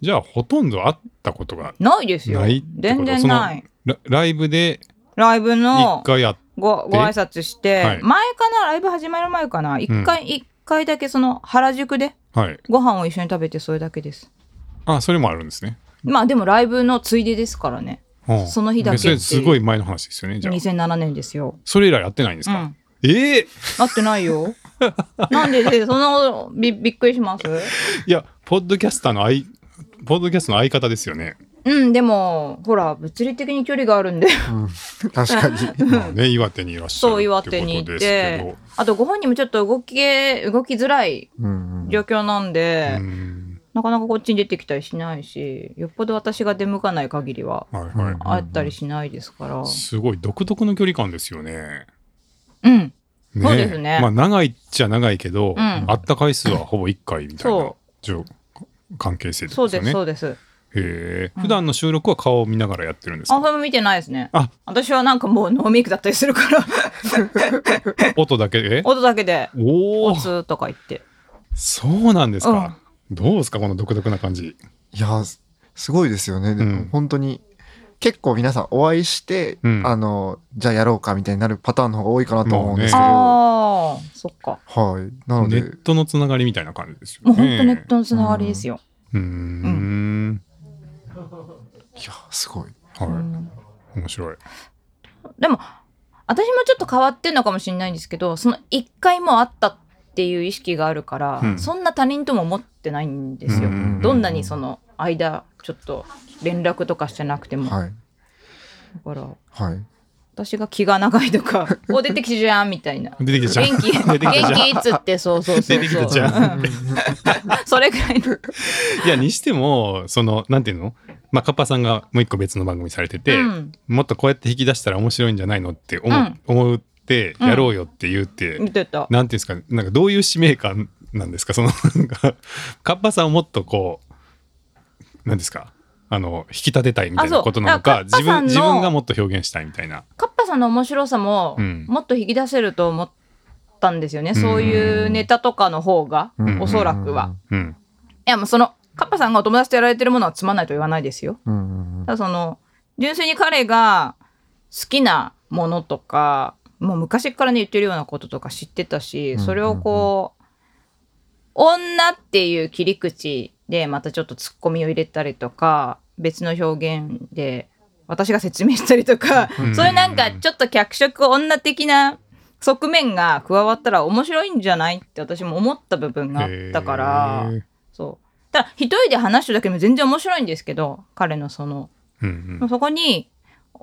A: じゃあほとんど会ったことが
C: ないですよ。
A: ないってこと
C: 全然ない。
A: ラライブで
C: ライブ
A: 一
C: の
A: 回あっ
C: ごご挨拶して、
A: はい
C: 前かなライブ始まる前かな一回一、回だけその原宿で
A: はい
C: ご飯を一緒に食べてそれだけです
A: あそれもあるんですね
C: まあでもライブのついでですからね
A: うん
C: その日だけって
A: そ
C: いう
A: れすごい前の話ですよねじゃあ
C: 2007年ですよ
A: それ以来やってないんです
C: う
A: か、
C: ん
A: ええ
C: なってな いよなんででそのびびっくりします
A: いやポッドキャスターの相ポッドキャストの相方ですよね
C: うん、でも、ほら、物理的に距離があ るんで、
B: 確か に。
A: まあね、岩手にいらっしゃる
C: そう岩
A: って
C: 手に
A: こ
C: 行
A: と
C: っ
A: で
C: て
A: すけ
C: あとご本人もちょっと動きげ、動きづらい
B: うんうん
C: 状況なんで、
A: ど。うん。
C: なかなかこっちに出てきたりしないし、よっぽど私が出向かない限りは、
A: はいはい。
C: 会ったりしないですから。
A: すごい独特の距離感ですよね。
C: うん、
A: ね
C: そうですね
A: まあ長いっちゃ長いけど、
C: ん
A: 会った回数はほぼ1回みたいな
C: そ
A: じょ関係性って
C: そ
A: こ
C: う
A: とで
C: ですす、
A: よね。
C: そうです。
A: へえ。
C: うん
A: 普段の収録は顔を見ながらやってるんです
C: あん
A: か
C: まり見てないですね。
A: あ
C: 私はなんかもうノーメイクだったりす るから、
A: 音だけで
C: 音だけで、
A: お
C: お
A: お
C: つとか言って。
A: そうなんですか。どうですかこの独特な感じ。
B: いや、すすごいですよね。でも
A: うん
B: 本当に、結構皆さんお会いして、
A: うん
B: あの、じゃあやろうかみたいになるパターンの方が多いかなと思うんですけど。
C: ああ、そっか。
B: はい。なの
A: ネ
B: で、
A: ットのつながりみたいな感じですよね。
C: もう本当ネットのつながりですよ。
A: うーん。
B: いや、すごい。
C: う
A: は
C: ん
A: い。面白い。
C: でも私もちょっと変わってんのかもしれないんですけどその一回も会ったっていう意識があるから、
A: うん
C: そんな他人とも思ってないんですよ、
A: うんうんうん
C: どんなにその間ちょっと連絡とかしてなくても、
B: はい。
C: だから
B: はい。
C: 私が気が長い とか「お出てきたじゃん」みたいな。
A: 出てきたじゃん。
C: 元気元
A: 出てきたじゃん
C: 気いつってそうそうそうそう
A: 出てきたじゃん
C: うんそれぐらいの
A: いやにしてもそのなんていうのまあカッパさんがもう一個別の番組されてて、
C: うん
A: もっとこうやって引き出したら面白いんじゃないのって思,、
C: うん
A: 思ってやろうよって言うって、
C: 見てた
A: なんていうんですかなんかどういう使命感なんですかその なんかカッパさんをもっとこうなんですかあの引き立てたいみたいなことなのか
C: あそ
A: 自
C: うだから
A: 分
C: カッパ
A: 自
C: さんの
A: 分がもっと表現したいみたいな。
C: カッパさんの面白さも、
A: うん
C: もっと引き出せると思ったんですよね、
A: ん
C: そういうネタとかの方が、
A: うん
C: おそらくは。
A: うん
C: いやもうそのカッパさんがお友達とやられてるものはつまんないと言わないですよ。
B: うんうんうん。
C: ただその純粋に彼が好きなものとかもう昔からね言ってるようなこととか知ってたし
B: ん
C: それをこう女っていう切り口でまたちょっとツッコミを入れたりとか別の表現で私が説明したりとか
A: ん
C: そういうなんかちょっと脚色女的な側面が加わったら面白いんじゃないって私も思った部分があったから。
A: へー
C: そう。ただ、一人で話してるだけでも全然面白いんですけど、彼のその、
A: うん
C: そこに、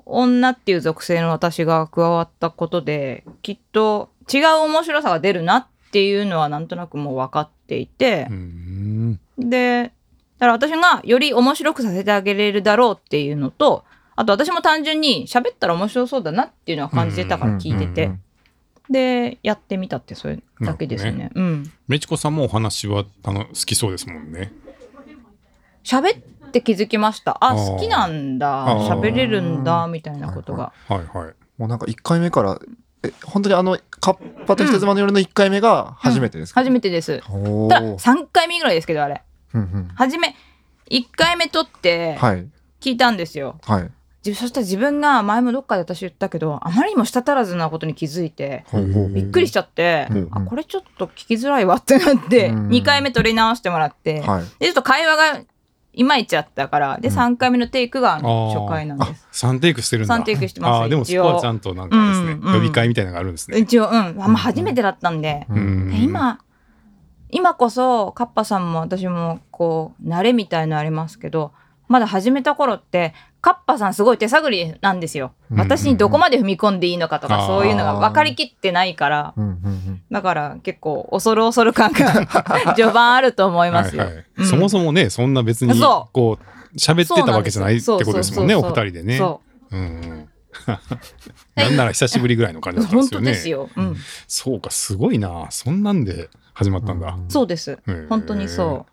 C: 女っていう属性の私が加わったことで、きっと違う面白さが出るなっていうのはなんとなくもう分かっていて
A: うんう、ん
C: で、だから私がより面白くさせてあげれるだろうっていうのと、あと私も単純に喋ったら面白そうだなっていうのは感じてたから聞いて
B: うん
C: て、で、やってみたってそれだけです
A: な
C: ね。うん。
A: メチコさんもお話はあの好きそうですもんね。
C: 喋って気づきましたあ
A: あー
C: 好きなんだ
A: あー
C: 喋れるんだみたいなことが
A: はいはい。
B: もうなんか1回目から、え、本当にあの、カッパと人妻の夜の1回目が初めてですか、
C: 初めてです
B: めて。お
C: ただ
B: ー
C: 3回目ぐらいですけどあれ
B: うんうん
C: 初め1回目撮って
B: はい。
C: 聞いたんですよ、
B: はい。
C: じそしたら自分が前もどっかで私言ったけどあまりにも舌足らずなことに気づいて
B: ほうほう
C: びっくりしちゃって、
B: うん
C: あこれちょっと聞きづらいわってなって
B: うん
C: 2回目撮り直してもらって、
B: はい。
C: でちょっと会話がいまいちあったからで
B: うん
C: 3回目のテイクが
A: あー
C: 初回なんです
A: 三テイクしてるんだ。
C: 三テイクしてます
A: ああ、でもそ
C: 一応
A: こはちゃんとなんかですね、
C: うんうん
A: 呼び会みたいなのがあるんですね。
C: 一応うんあんま初めてだったんで、
B: うん
A: うん
C: で今今こそカッパさんも私もこう慣れみたいのありますけどまだ始めた頃ってカッパさんすごい手探りなんですよ。
A: んうん
C: 私にどこまで踏み込んでいいのかと
A: あー
C: かそういうのが分かりきってないから
B: うんうんうん
C: だから結構恐る恐る感が 序盤あると思いますよ。
A: はいはい
C: うん
A: そもそもね、そんな別に
C: そ
A: こう喋って
C: そう
A: た
C: な
A: わ
C: ん
A: け
C: です
A: じ
C: よ
A: ゃないってことですもんね、
C: そ
A: お二
C: うそうそう
A: 人でね。
C: そ
A: うんうん。 なんなら久しぶりぐらいの感じ
C: う
A: だったんで
C: 本
A: すよ
C: 当
A: ね。
C: ですよ、うん、
A: そうか、すごいな。そんなんで始まったんだ。
C: そうです
A: ー
C: 本当にそ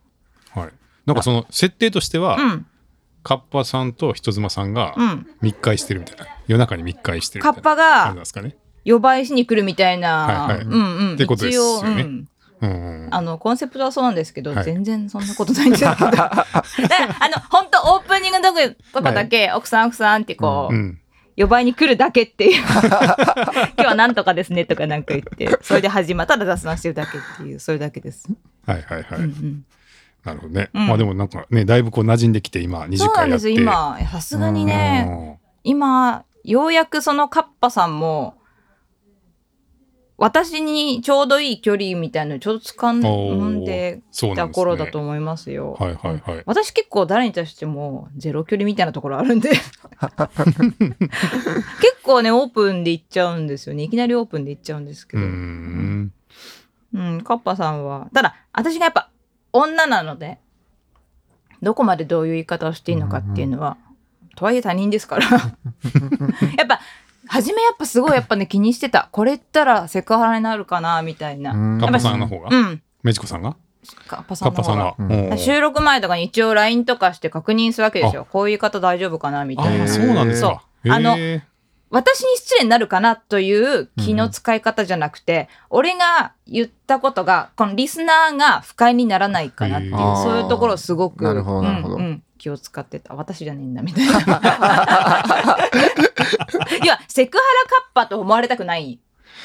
A: はい。なんかその設定としては、
C: う、うん
A: カッパさんと人妻さんが
C: うん、
A: 密会してるみたいな。夜中に密会してる
C: カ
A: みた
C: ッ
A: いな
C: パ
A: 感じ
C: が
A: なんですかね。
C: 呼ばえしに来るみたいな、
A: はいはい
C: うんうん、
A: ってことですよね
C: 一応、うん、
A: うんうん。
C: あのコンセプトはそうなんですけど、
A: はい
C: 全然そんなことないんですけど だからあの本当オープニングのとことかだけ、奥さん奥さんってこう、
A: うん。
C: 呼ばいに来るだけっていう 今日はなんとかですねとかなんか 言ってそれで始まったら雑談してるだけっていうそれだけです、
A: はいはいはい。
C: うんうん
A: なるほどね。
C: うん
A: まあでもなんかね、だいぶこう馴染んできて今20回やって。
C: そうなんです今さすがにね、今ようやくそのカッパさんも私にちょうどいい距離みたいなのちょうどつかん
A: おー
C: で
A: そう
C: き
A: なん
C: た
A: ですね
C: 頃だと思いますよ。
A: はいはいはい。
C: 私結構誰に対してもゼロ距離みたいなところある んで結構ねオープンで行っちゃうんですよねいきなりオープンで行っちゃうんですけ
A: う
C: ど、
A: ーん。
C: うん、カッパさんは。ただ、私がやっぱ女なので、どこまでどういう言い方をしていいのかっていうのは、とはいえ他人ですから。 やっぱ、初めやっぱすごいやっぱね気にしてた。これ言ったらセクハラになるかな、みたいな。
A: カッパさん
B: の
A: の方が
C: うん。
A: メジコさんが
C: カッパさ
A: カ
C: ん
A: ッ
C: の
A: パさ
C: 方
A: ん
C: が
A: が。
B: う
A: うんん
C: 収録前とかに一応 LINE とかして確認するわけですよ。こういう方大丈夫かな、み
A: あ
C: たい
A: ー
C: な。
A: そうなんですか。
C: そうあの
A: へー
C: 私に失礼になるかなという気の使い方じゃなくて、俺が言ったことがこのリスナーが不快にならないかなっていう、
A: へー
C: そういうところをすごく
B: なるほどなるほど
C: うんうん気を使ってた私じゃねえんだみた いないやセクハラカッパと思われたくない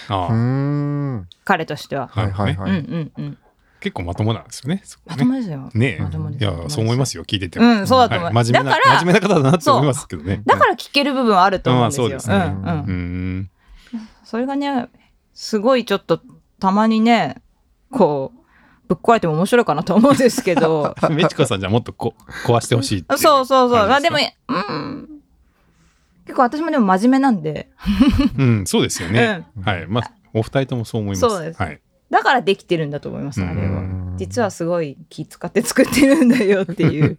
A: あ
B: うー
A: ー
B: ん。
C: 彼としては、
B: はいはいはい。
C: うんうんうん
A: 結構まともなんですよね。そこ
C: ま
A: ね
C: ともですよ、
A: ね
C: まともで
A: え。い
C: すまとも
A: や、
C: です
A: そう思いますよ。聞いてて
C: う
A: も。
C: んそうだと思う、
A: はい真面目
C: だ
A: な
C: から
A: 真面目な方だなって思いますけどね。
C: だから聞ける部分はあると思うんですよ、
A: まあそうですね
C: うんうん
A: うーん。
C: それがね、すごいちょっとたまにね、こう、ぶっ壊れても面白いかなと思うんですけど。
A: メチコさんじゃもっとこ壊してほしいってい
C: そうそうそう。まあ
A: 感じ
C: ですも、
A: か
C: うん。結構私もでも真面目なんで、
A: うん、そうですよね。
C: うん。
A: はい。まあ、お二人ともそう思います。
C: そうです
A: はい。
C: だからできてるんだと思います、あれ
A: う
B: う
C: は。
B: ん
C: 実はすごい気使って作ってるんだよっていう。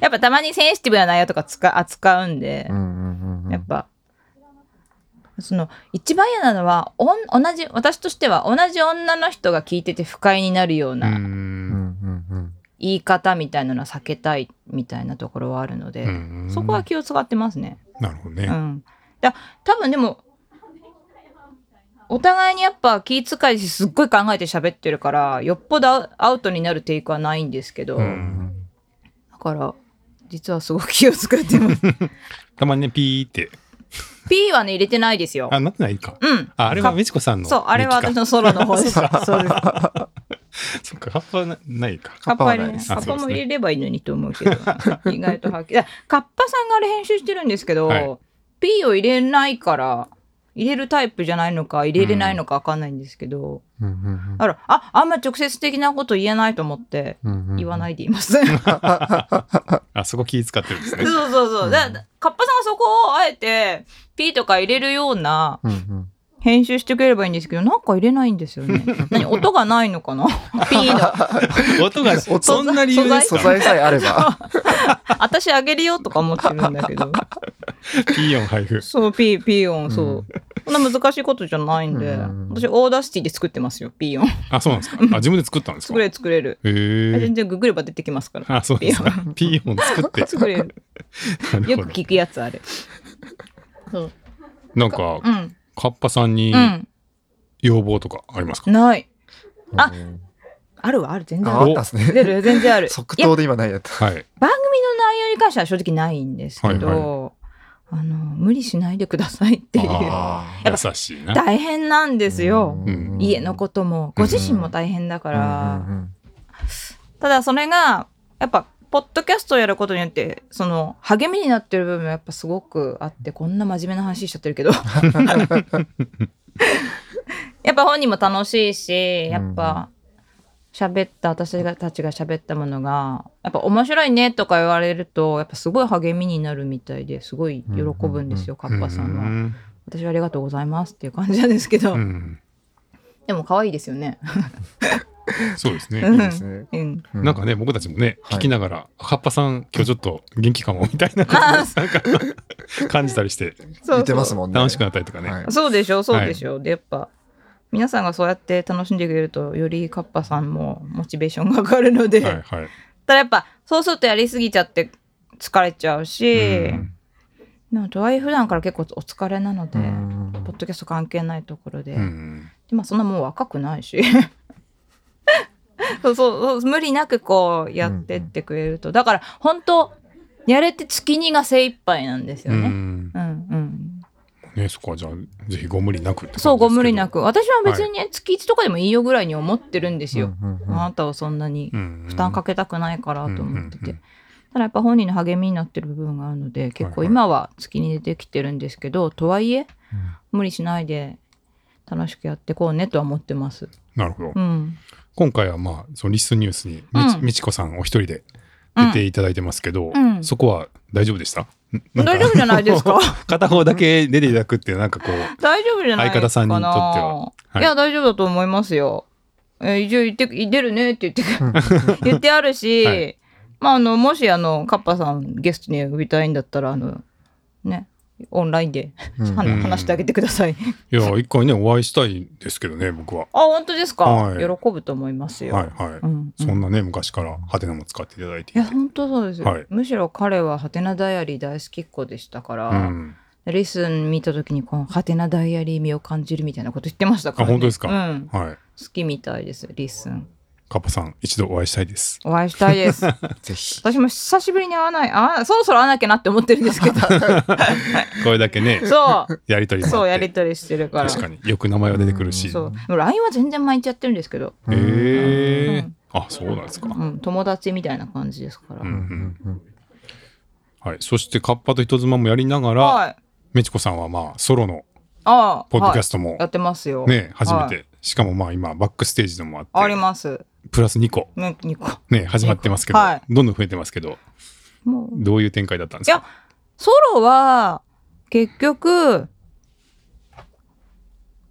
C: やっぱたまにセンシティブな内容とかつか扱うんで
B: う、んうんうんうん
C: やっぱ。その一番嫌なのはおん同じ私としては同じ女の人が聞いてて不快になるよう
A: うー
C: な
B: うん
A: ん。
B: うん
C: 言い方みたいなのは避けたいみたいなところはあるので、
A: うん
C: そこは気を使ってますね。
A: なるほど
C: う
A: ね。
C: ん、だ多分でもお互いにやっぱ気遣いしすっごい考えて喋ってるからよっぽどアウアウトになるテイクはないんですけど、
A: う
B: うんん
C: だから実はすごく気を使ってます。
A: たまにね、ピーって。
C: P はね入れてないですよ。
A: あ、なってないか。
C: うん。
A: ああれはメチコさんの。
C: そうあれは
A: ミ
C: 私
A: キか。
C: のソロの方です。 そうです。
A: そっか、葉っぱはなないか。
C: カッパはね
A: カッパ
C: カ
A: はないです
C: ッパも
A: あそうですね
C: 入れればいいのにと思う けど意外と発揮だカッパさんがあれ編集してるんですけど、
A: はい
C: P を入れないから入れるタイプじゃないのか入れれないのか分かんないんですけど、
B: うんうん
C: あらああんま直接的なこと言えないと思って
B: うんうん。
C: 言わないいでいます、そう
A: あ、そこ気使ってるんですね。
C: そうそうだだカッパさんはそこをあえて P とか入れるような
B: うんうん
C: 編集してくれればいいんですけどなんか入れないんですよね何音がないのかな P の
A: 音 が、
B: 音
A: そんな理由です
B: 素
A: か
B: 材さえあれ ば。
C: 私あげるよとか思ってるんだけど
A: ピー音配布。
C: そう、ピー、ピー音、そう。そんな難しいことじゃないんで、
B: うん
C: 私、オーダーシティで作ってますよ、ピー音。
A: あ、そうなんですか。あ、自分で作ったんですか
C: 作れる、作れる。
A: へえ
C: 全。然ググれば出てきます から。
A: あ、そうですか。ピー音作って。
C: 作れる。
A: なる
C: よ
A: ほ
C: く
A: ど
C: 聞くや つ、あれ。そう。
A: なんか
C: う、ん。
A: カッパさんに
C: うん。
A: 要望とかありますか
C: ない。あ
B: うん
C: あるわ、ある、全然
B: あ
C: あ
B: あ
C: る。
B: ったっす
C: 出
B: ね。
C: る、全然ある。
B: 即
C: いや
B: 答で今ないやつ。
A: はい。
C: 番組の内容に関しては正直ないんですけ
A: はい
C: ど、あの、無理しないでくださいっていう。
A: あ
C: やっ
A: ー優しいな。
C: 大変なんですよ。
A: うん
C: 家のことも、ご自身も大変だか
B: と
C: ら。ただそれがやっぱポッドキャストをやることによってその励みになってる部分もやっぱすごくあってこんな真面目な話しちゃってる けどやっぱ本人も楽しいしやっぱ喋った私たちが喋ったものがやっぱ面白いねとか言われるとやっぱすごい励みになるみたいですごい喜ぶんですよカッパさんは。私はありがとうございますっていう感じなんですけど、
A: うんうん。
C: でも可愛いですよね。
A: そうです
C: う
A: ね。
C: ん
B: ですね
C: うん
B: う
A: なんかね、僕たちもね、
B: はい
A: 聞きながら、カッパさん、今日ちょっと元気かも、みたいな感じで、なんか、 感じたりして、
C: そうそう
B: 似てますもんね。
A: 楽しくなったりとかね。
B: はい
C: そうでしょそうでしょ、でやっぱ皆さんがそうやって楽しんでくれるとよりカッパさんもモチベーション が上がるので、
A: はいはい。
C: ただやっぱそうするとやりすぎちゃって疲れちゃうし、
A: うん
C: でもとはいえ普段から結構お疲れなので、
B: うん
C: ポッドキャスト関係ないところで、
A: うん
C: でまあそんなもう若くないし そうそうそう無理なくこうやってってくれると、だから本当やれて月にが精一杯なんですよ
A: う
C: ね。
A: ん
C: うん、うん
A: ね、そこはじゃあ、ぜひご無理なくって感じですけど
C: そうご無理な。く私は別にね、月1とかでもいいよぐらいに思ってるんですよ、
B: うんうんうん
C: あなたをそんなに
A: 負
C: 負担かけたくないからと思ってて、
A: うんうんうん
C: ただやっぱ本人の励みになってる部分があるので結構
A: はいはい
C: 今は月に出てきてるんですけど、とはいえ無理しないで楽しくやってこうねとは思ってます。
A: なるほど。
C: うん。
A: 今回はまあ、そのリストニュースにみち、
C: うん
A: みちこさんお一人で
C: う
A: 出
C: ん
A: ていただいてますけど、
C: うん
A: そこは大丈夫でしたんなんか
C: 大丈夫じゃないですか
A: 片方だけ出ていただくっていう、なんかこう、
C: 大丈夫じゃないですか
A: 相方
C: な
A: さんにとってははい
C: い、や大丈夫だと思いますよ。えー一応言って出るねって言って く言ってあるし、
A: はい
C: まああのもしあのカッパさんゲストに呼びたいんだったらあのねオンラインで、
B: うん
C: 話 話してあげてください。
A: い や、一回ね、お会いしたいですけどね、僕は。
C: あ本当ですか、
A: はい
C: 喜ぶと思いますよ。
A: はいはい。
C: うんうん
A: そんなね、昔からハテナも使っていただいてい
C: い
A: て。
C: や本当そうですよ、
A: はい
C: むしろ彼は「ハテナダイアリー」大好きっ子でしたから、
A: うん、
C: リスン見た時にこの「ハテナダイアリー」味を感じるみたいなこと言ってましたから、ね、
A: あ本当ですか
C: うん、
A: はい。
C: 好きみたいですリスン
A: カッパさん、一度お会いしたいです。
C: お会いしたいです
B: ぜひ。
C: 私も久しぶりに会わないあそろそろ会わなきゃなって思ってるんです けど
A: これだけね、
C: そ
A: やりとり
C: う
A: もあって。
C: そうやりとりしてるから
A: 確かによく名前は出てくるし。
C: そうでも LINE は全然毎日やってるんですけど、
A: ええ
C: うん
A: あ、そうなんですか。
C: うん、友達みたいな感じですから、
A: うんう
B: うん
A: ん。
B: うん
A: はい。そして、カッパと人妻もやりながら、
C: はい
A: めちこさんはまあ、ソロの
C: ああ
A: ポッドキャ
C: ス
A: ストも
C: やってますよ
A: ね、初めて、
C: は
A: しかもまあ、今、バックステージでもあって、
C: あります
A: プラス2個、
C: ねニコ
A: ね、始まってますけど、
C: はい
A: どんどん増えてますけど、
C: もう
A: どういう展開だったんですか
C: いソロは結局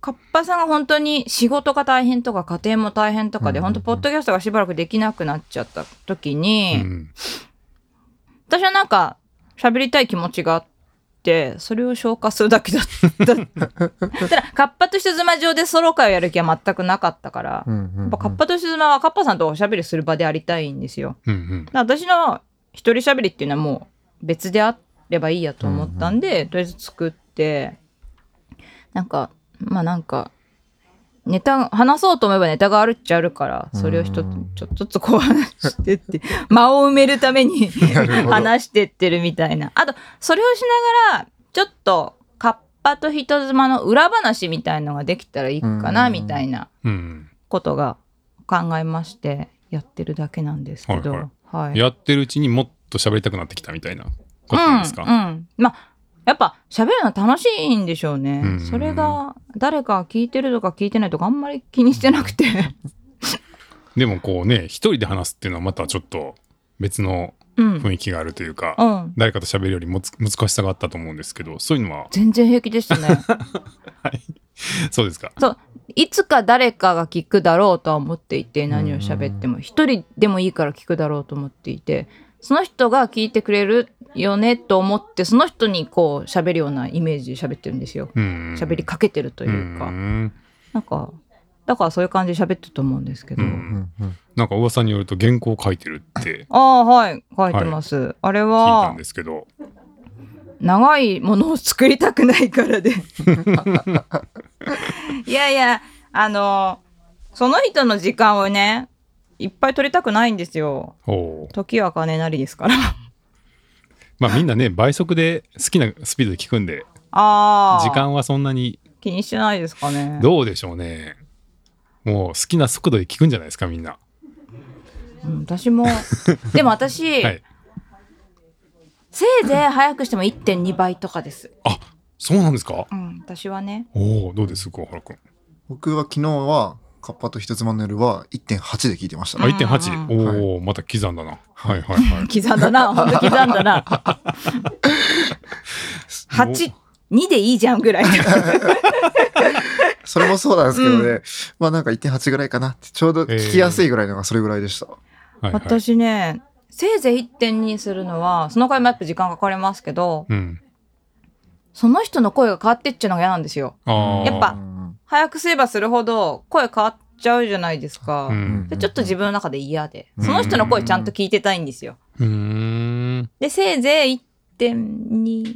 C: カッパさんが本当に仕事が大変とか家庭も大変とかで、
B: うんうんうん
C: 本当ポッドキャストがしばらくできなくなっちゃった時に、
A: うん
C: 私はなんか喋りたい気持ちがあってそれを消化するだけだっ ただからカッパと人妻上でソロ会をやる気は全くなかったから、
B: うん
C: やっぱカッパと人妻はカッパさんとおしゃべりする場でありたいんですよ。
A: うんうん
C: で私の一人しゃべりっていうのはもう別であればいいやと思ったんで、とりあえず作ってなんかまあなんかネタ話そうと思えばネタがあるっちゃあるからそれを一つ
B: うん
C: ちょっとずつこう話してって 間を埋めるために
B: なるほど
C: 話してってるみたいなあとそれをしながらちょっとカッパと人妻の裏話みたいのができたらいいかな
B: うん
C: みたいな
A: うん
C: ことが考えましてやってるだけなんですけど。
A: はい
C: はい
A: やってるうちにもっと喋りたくなってきたみたいなことなんですか、
C: うんうん、まあやっぱ喋るの楽しいんでしょうね、
A: うん
C: それが誰か聞いてるとか聞いてないとかあんまり気にして なくて
A: でもこうね一人で話すっていうのはまたちょっと別の
C: うん、
A: 雰囲気があるというか、
C: うん、
A: 誰かと喋るよりもつ難しさがあったと思うんですけどそういうのは
C: 全然平気でし たね
A: そうですか
C: いつか誰かが聞くだろうとは思っていて何を喋っても一人でもいいから聞くだろうと思っていてその人が聞いてくれるよねと思ってその人にこう喋るようなイメージで喋ってるんですよ
A: うん
C: 喋りかけてるというか、
A: ん
C: なんかだからそういう感じで喋ってると思うんですけど、
A: う
B: うんんうん
A: なんか噂によると原稿を書いてるって
C: ああはい書いてます、あれ
A: 聞いた
C: は
A: んですけど
C: 長いものを作りたくないから でいやいやあのその人の時間をねいっぱい取りたくないんですよ
A: おー
C: 時は金なりですから
A: まあみん なね倍速で好きなスピードで聞くんで
C: ああ
A: 時間はそんなに
C: 気にしてないですかね
A: どうでしょうねもう好きな速度で聞くんじゃないですかみんな
C: うん私もでも 私、
A: はい
C: せいぜい早くしても1.2倍とかです、
A: あそうなんですか
C: うん、私はね
A: おおどうです小原君
B: 僕は昨日は、カッパと人妻の夜は1.8で聞いてました
A: あ。1.8お
C: う
A: おー、また刻んだなはいはい はい
C: 刻んだなほんと刻んだ な82でいいじゃんぐらい
B: それもそうなんですけどね。まあなんか1.8ぐらいかなって、ちょうど聞きやすいぐらいのがそれぐらいでした。
A: はいはい
C: 私ねせいぜい1.2にするのはその回もやっぱ時間かかりますけど
A: うん
C: その人の声が変わってっちゃうのが嫌なんですよ
A: あー
C: やっぱ
B: うん
C: 早くすればするほど声変わっちゃうじゃないですか、
A: うん
C: でちょっと自分の中で嫌で
B: うん
C: その人の声ちゃんと聞いてたいんですよ
A: うーん
C: でせいぜい1.25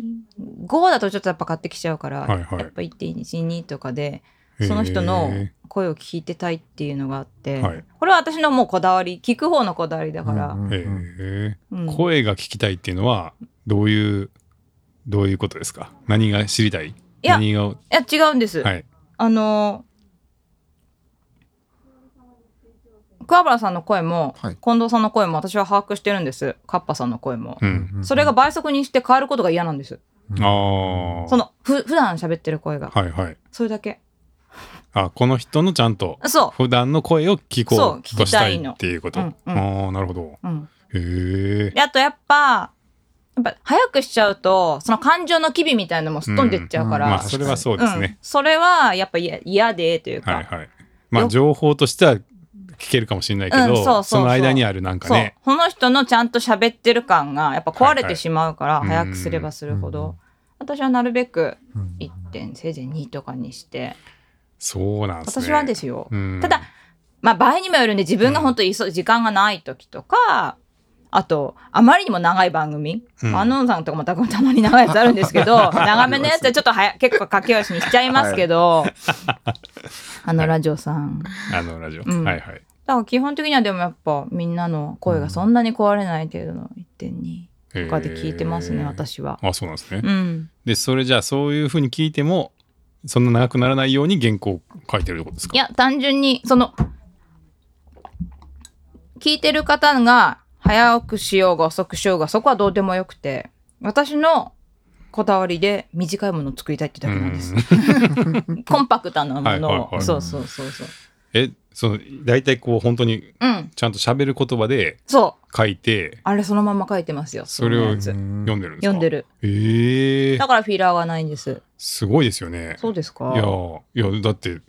C: だとちょっとやっぱ買ってきちゃうから、
A: はいはい
C: やっぱ1.12とかでその人の
A: へ
C: 声を聞いてたいっていうのがあって、
A: ーはい
C: これは私のもうこだわり聞く方のこだわりだから、
B: うんうん
A: へー
C: うん
A: 声が聞きたいっていうのはどういうどういうことですか何が知りたい
C: や
A: 何がはい
C: や違うんです、
A: い
C: あの桑原さんの声も、
B: はい
C: 近藤さんの声も私は把握してるんですカッパさんの声も、
A: うん
C: それが、倍速にして変わることが嫌なんです
A: ああ
C: そのふ普段喋ってる声が
A: はいはい
C: それだけ
A: あこの人のちゃんと
C: そ
A: 普段の声を聞
C: そ
A: こ
C: う聞
A: う
C: き
A: とした
C: た
A: い
C: いの
A: っていうこと。
C: うんうん
A: ああなるほど。
C: う。うん。
A: へえ
C: で。あとやっぱ、やっぱ早くしちゃうと、その感情の機微みたいなのもすっ飛んでっちゃうから、
B: うん
A: まあそれはそうです
C: うん
A: ね。
C: それはやっぱ嫌嫌でというか、
A: はいはい。まあ情報としては聞けるかもしれないけ
C: うん
A: ど、
C: そうそうそう
A: その間にあるなんか
C: そう、
A: ね。
C: この人のちゃんと喋ってる感がやっぱ壊れ
A: はいは
C: て
A: い
C: しまうから、
A: うん
C: 早くすればするほど、私はなるべく1点せいぜい2とかにして
A: そうなんですね。
C: 私はですよ、
A: うん
C: ただ、まあ、場合にもよるんで自分が本当に急時間がない時とかあとあまりにも長い番組、
A: うん
C: まあアノンさんとかもたたまに長いやつあるんですけ ど長めのやつはちょっと早 結構駆け足にしちゃいますけど、あのラジオさん。
A: あのラジオ。
C: うん
A: はいはい。
C: だから基本的にはでもやっぱみんなの声がそんなに壊れない程度の1.2
A: と
C: とかで聞いてますね、。私は。
A: あそうなんですね。
C: うん、
A: でそれじゃあそういうふうに聞いてもそんな長くならないように原稿を書いてるってことですか
C: いや単純にその聞いてる方が早くしようが遅くしようがそこはどうでもよくて私のこだわりで短いものを作りたいってだけなんです
A: うん。
C: コンパクトなものを、
A: はいはいはい
C: そうそうそうそう。
A: えその大体こう本当に
C: うん
A: ちゃんと喋る言葉で
C: そう
A: 書いて
C: あれそのまま書いてますよ。
A: それを
C: のやつ
A: 読んでるんですか
C: 読んでる。
A: ええ
C: だからフィラーがないんです。
A: すごいですよね
C: そうですか
A: いやーいやだって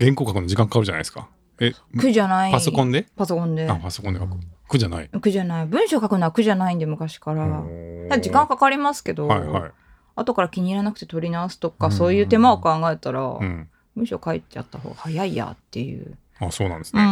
A: 原稿書くの時間かかるじゃないですかえ
C: 苦じゃない。
A: パソコンで
C: パソコンで
A: あ。パソコンで書く苦じゃない
C: 苦じゃない。文章書くのは苦じゃないんで、昔から。
A: おー
C: だから時間かかりますけど、
A: はいはい、
C: 後から気に入らなくて取り直すと
B: う
C: か、
B: ん
C: そういう手間を考えたら、
A: うん、
C: 文章書いちゃった方が早いやっていう。
A: あそうなんです
C: う
A: ね、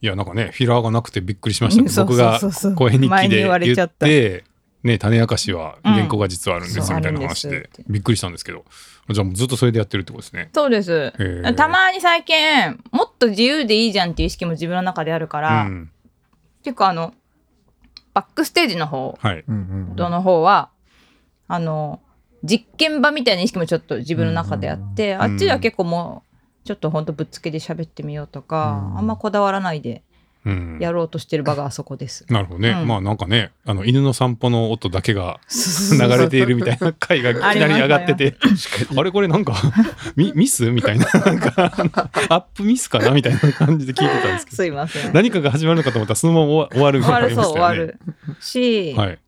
A: い
C: ん。
A: やなんかねフィラーがなくてびっくりしましたけど僕が
C: そうそうそうそう
A: 声日記
C: 前に
A: で
C: 言われち
A: 言
C: ゃ
A: っ
C: った。
A: て、ね、種明かしは
C: うん
A: 原稿が実はあるんです
C: そう
A: よみたいな話
C: あるん
A: で
C: ですって
A: びっくりしたんですけどじゃあもうずっとそれでやってるってことですね。
C: そうです。
A: へー
C: たまに最近、もっと自由でいいじゃんっていう意識も自分の中であるから、
A: うん
C: 結構あの、バックステージの方
A: はい、
C: ドの方は、あの実験場みたいな意識もちょっと自分の中であって、
A: んうん
C: あっちでは結構もうちょっとほんとぶっつけで喋ってみようとか、
B: うん
C: あんまこだわらないで
A: うん、
C: やろうとしてる場があそこです。
A: なるほどね、
C: うん
A: まあなんかねあの犬の散歩の音だけが 流れているみたいな回がいきなり上がっててあれこれなんかミミスみたいななんかアップミスかなみたいな感じで聞いてたんですけど
C: すいません。
A: 何かが始まるのかと思ったらそのまま終わ終わるみ
C: 終
A: たい
C: わ
A: なのあ
C: る
A: り
C: そ
A: ま
C: う
A: した
C: 終
A: よね。
C: わるし、
A: はい、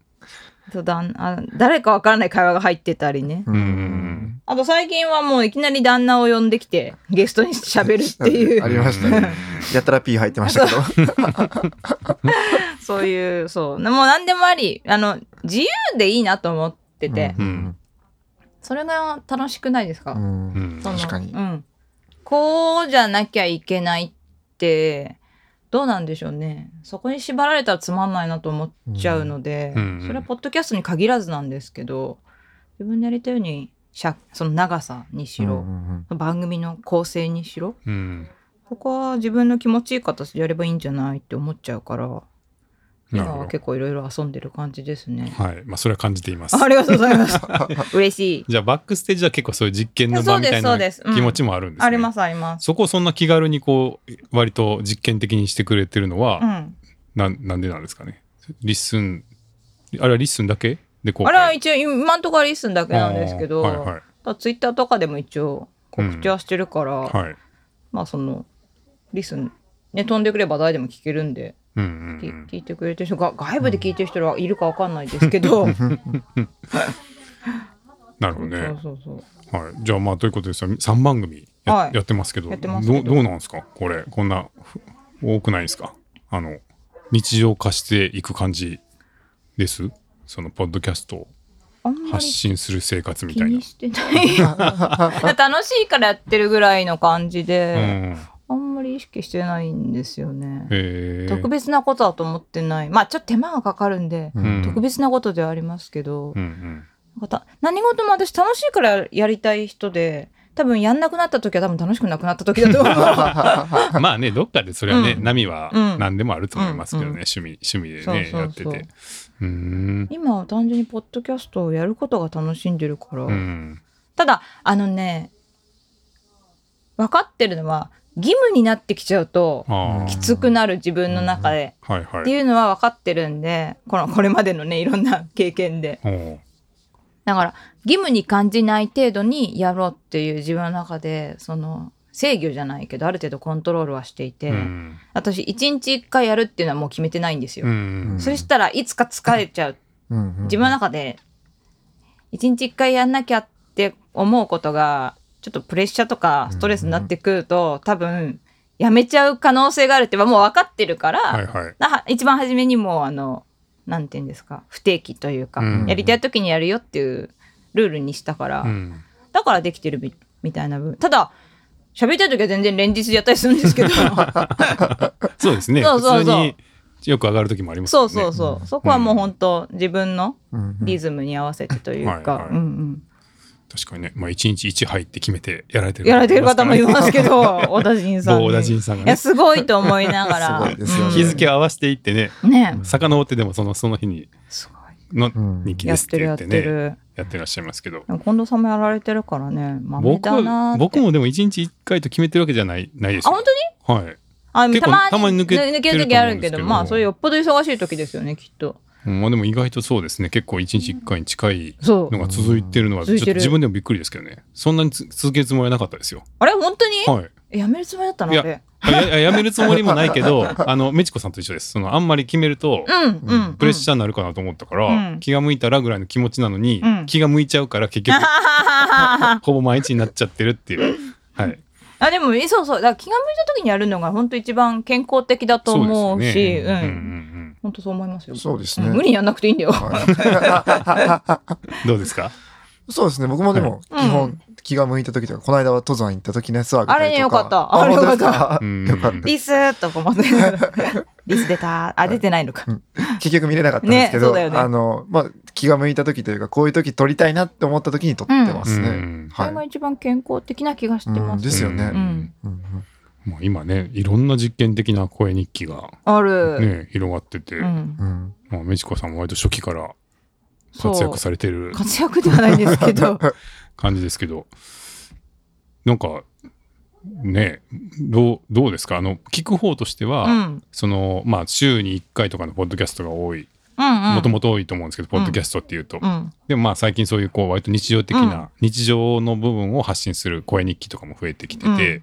C: そうだんあ誰かわからない会話が入ってたりね。
A: うん
C: あと最近はもういきなり旦那を呼んできてゲストに喋るってい
B: あ
C: う
B: りましたね。やたら P 入ってましたけど。
C: そういうそうもう何でもありあの自由でいいなと思ってて、
A: うん
C: それが楽しくないですか、
B: うん
A: うんうん
C: その
B: 確かに
C: うん、こうじゃなきゃいけないってどうなんでしょうねそこに縛られたらつまんないなと思っちゃうので、
A: うんうん
C: それはポッドキャストに限らずなんですけど自分でやりたいようにしゃその長さにし
B: う
C: ろ
B: ん、うんうん
C: 番組の構成にしろ
A: うん
C: ここは自分の気持ちいい形でやればいいんじゃないって思っちゃうから
A: な
C: 今
A: るほ
C: は
A: ど
C: 結構いろいろ遊んでる感じです ね。
A: はいまあ、それは感じています。
C: ありがとうござ います。嬉しい。
A: じゃあバックステージは結構そういう実験の場みたい
C: そ
A: な
C: うですそうですうん
A: 気持ちもあるんですね。
C: ありますあります。
A: そこをそんな気軽にこう割と実験的にしてくれてるの
C: う
A: は、
C: ん。
A: なん、なんでなんですかねリッスンあれはリッスンだけでこう
C: あれは一応今んところリスンだけなんですけど、
A: はいはい
C: ツイッターとかでも一応告知はしてるから、
A: はい
C: まあそのリスンね飛んでくれば誰でも聞けるんで、
A: うんう
C: き
A: ん
C: 聞いてくれてる人が外部で聞いてる人はいるかわかんないですけど、
A: うん、なるほど
C: そう
A: ね、
C: そうそう
A: はい、じゃあまあということですよ3番組や,、
C: はい
A: やってますけど
C: やってますけど
A: どうどうなんですかこれこんなふ多くないですかあの日常化していく感じですそのポッドキャストを
C: あんま
A: 発
C: り
A: 信する生活み
C: 気
A: たいな
C: に。してない。楽しいからやってるぐらいの感じで、
A: うん
C: あんまり意識してないんですよね。
A: へー
C: 特別なことだと思ってない。まあちょっと手間がかかるんで、
A: うん
C: 特別なことではありますけど、
A: うんうん
C: なんかた何事も私楽しいからやりたい人で多分やんなくなった時は多分楽しくなくなった時だと 思う
A: まあねどっかでそれはね、
C: う
A: 波は
C: うん
A: 何でもあると思いますけどね、
C: うんう
A: 趣味趣味でね
C: そうそうそう
A: やっててうーん
C: 今は単純にポッドキャストをやることが楽しんでるから、
A: うん
C: ただあのね分かってるのは義務になってきちゃうと
A: あ
C: き
A: ー
C: つくなる自分の中で、
A: はいは
C: って
A: い
C: いうのは分かってるんでこのこれまでのねいろんな経験で
A: おう
C: だから義務に感じない程度にやろうっていう自分の中でその制御じゃないけどある程度コントロールはしていて、
A: うん
C: 私一日一回やるっていうのはもう決めてないんですよ、
A: うん
C: そしたらいつか疲れちゃう
B: うんうん
C: 自分の中で一日一回やんなきゃって思うことがちょっとプレッシャーとかストレスになってくると多分やめちゃう可能性があるってはもう分かってるから、
A: はいはい
C: な一番初めにもうあのなんて言うんですか不定期というか、
A: うん
C: やりたい時にやるよっていうルールにしたから、
A: うん
C: だからできてるみみたいな部分ただ喋りたい時は全然連日やったりするんで すけど
A: そうですね
C: そうそうそ
A: 普
C: う
A: 通によく上がる時もあります
C: そ
A: よ
C: う
A: ね
C: そうそう、そこはもう本当自分の
B: うんうん
C: リズムに合わせてという
A: はい
C: か
A: はい
C: うんうん
A: 確かにねまあ一日一杯って決めてやられてる
C: やられてる方もい
A: す
C: ますけ ど小田陣
A: か
C: さ
A: ら
C: ん
A: ね
C: に
A: 某大臣さんが
C: いや
A: ね
C: すごいと思いながら
B: すごいですよ
C: うん
B: ね
A: 日付を合わせていってね
C: ね
A: 遡ってでもそのその日に
C: すご
A: の
B: うん
A: 日記
C: いや
A: で
C: っ
A: すって
C: てる
A: 言
C: や
A: っ
C: ってて
A: ね
C: る
A: やってらっしゃいますけど
C: でも近藤さんもやられてるからね豆
A: 僕
C: だなー
A: は
C: って
A: 僕もでも一日一回と決めてるわけじゃないないです
C: あ
A: よ
C: 本当に
A: はい
C: あ
A: 結構
C: た
A: た
C: ま
A: ま
C: に
A: に
C: 抜
A: 抜
C: け
A: け
C: 抜け
A: て
C: る
A: る
C: 時あるけ
A: と思うんです
C: ど
A: けど
C: まあそれよっぽど忙しい時ですよねきっと
A: うんまあでも意外とそうですね結構一日一回に近い
C: そう
A: のが続いてるのは
C: ん
A: ちょっ
C: 続いて
A: と
C: る
A: 自分でもびっくりですけどねそんなにつ続けるつもりはなかったですよ
C: あれ本当に、
A: はい
C: やめるつもりだったの
A: いや
C: あれ
A: あややめるつもりもないけどあのメチコさんと一緒ですそのあんまり決めると
C: うんうん、うん、
A: プレッ シャーになるかなと思ったから、
C: うん
A: 気が向いたらぐらいの気持ちなのに、
C: うん
A: 気が向いちゃうから結 局ほぼ毎日になっちゃってるっていうはい
C: あでもえそうそうだから気が向いた時にやるのが本当一番健康的だと思うし
A: そうです
C: う
A: よねうんうんん
C: 本当そう思いますよ
B: そうですね
C: ん無理にやんなくていいんだよ、
A: うんどうですか
B: そうですね、僕もでも、基
C: はい
B: 本、
C: う
B: 気が向いた時とか、この間は登山行った時のやつは
C: あれねよかったあ
B: あ
C: れ
B: れ
C: よ
B: よ
C: か
B: か
C: っ
B: ったた。
A: うん
B: よかっ
C: リスーとか思ってリス出たあ出てないのか、
B: 結局見れなかったんですけ
C: ねそう
B: ど、
C: だよね
B: あの、まあ、気が向いた時というか、こういう時撮りたいなって思った時に撮ってますね。
A: うん
C: それが
B: はい。
C: 一番健康的な気がして
B: う
C: ま
B: ん
C: す、
B: ですよね。
A: う
C: うんん
B: うんうん
A: もう今ねいろんな実験的な声日記が、
C: ある、
A: ね、広がってて、
C: うん、
B: うん
A: まあ、メチコさんも割と初期から
C: そう
A: 活躍されてる
C: 活躍ではないです けど
A: 感じですけどなんかねどうどうですかあの聞く方としては、
C: うんうん
A: そのまあ週に1回とかのポッドキャストが多い
C: うん
A: もともと多いと思うんですけど、ポッドキャストっていうと、
C: うん
A: でもまあ最近そういうこう割と日常的
C: う
A: な日常の部分を発信する声日記とかも増えてきてて、
C: うん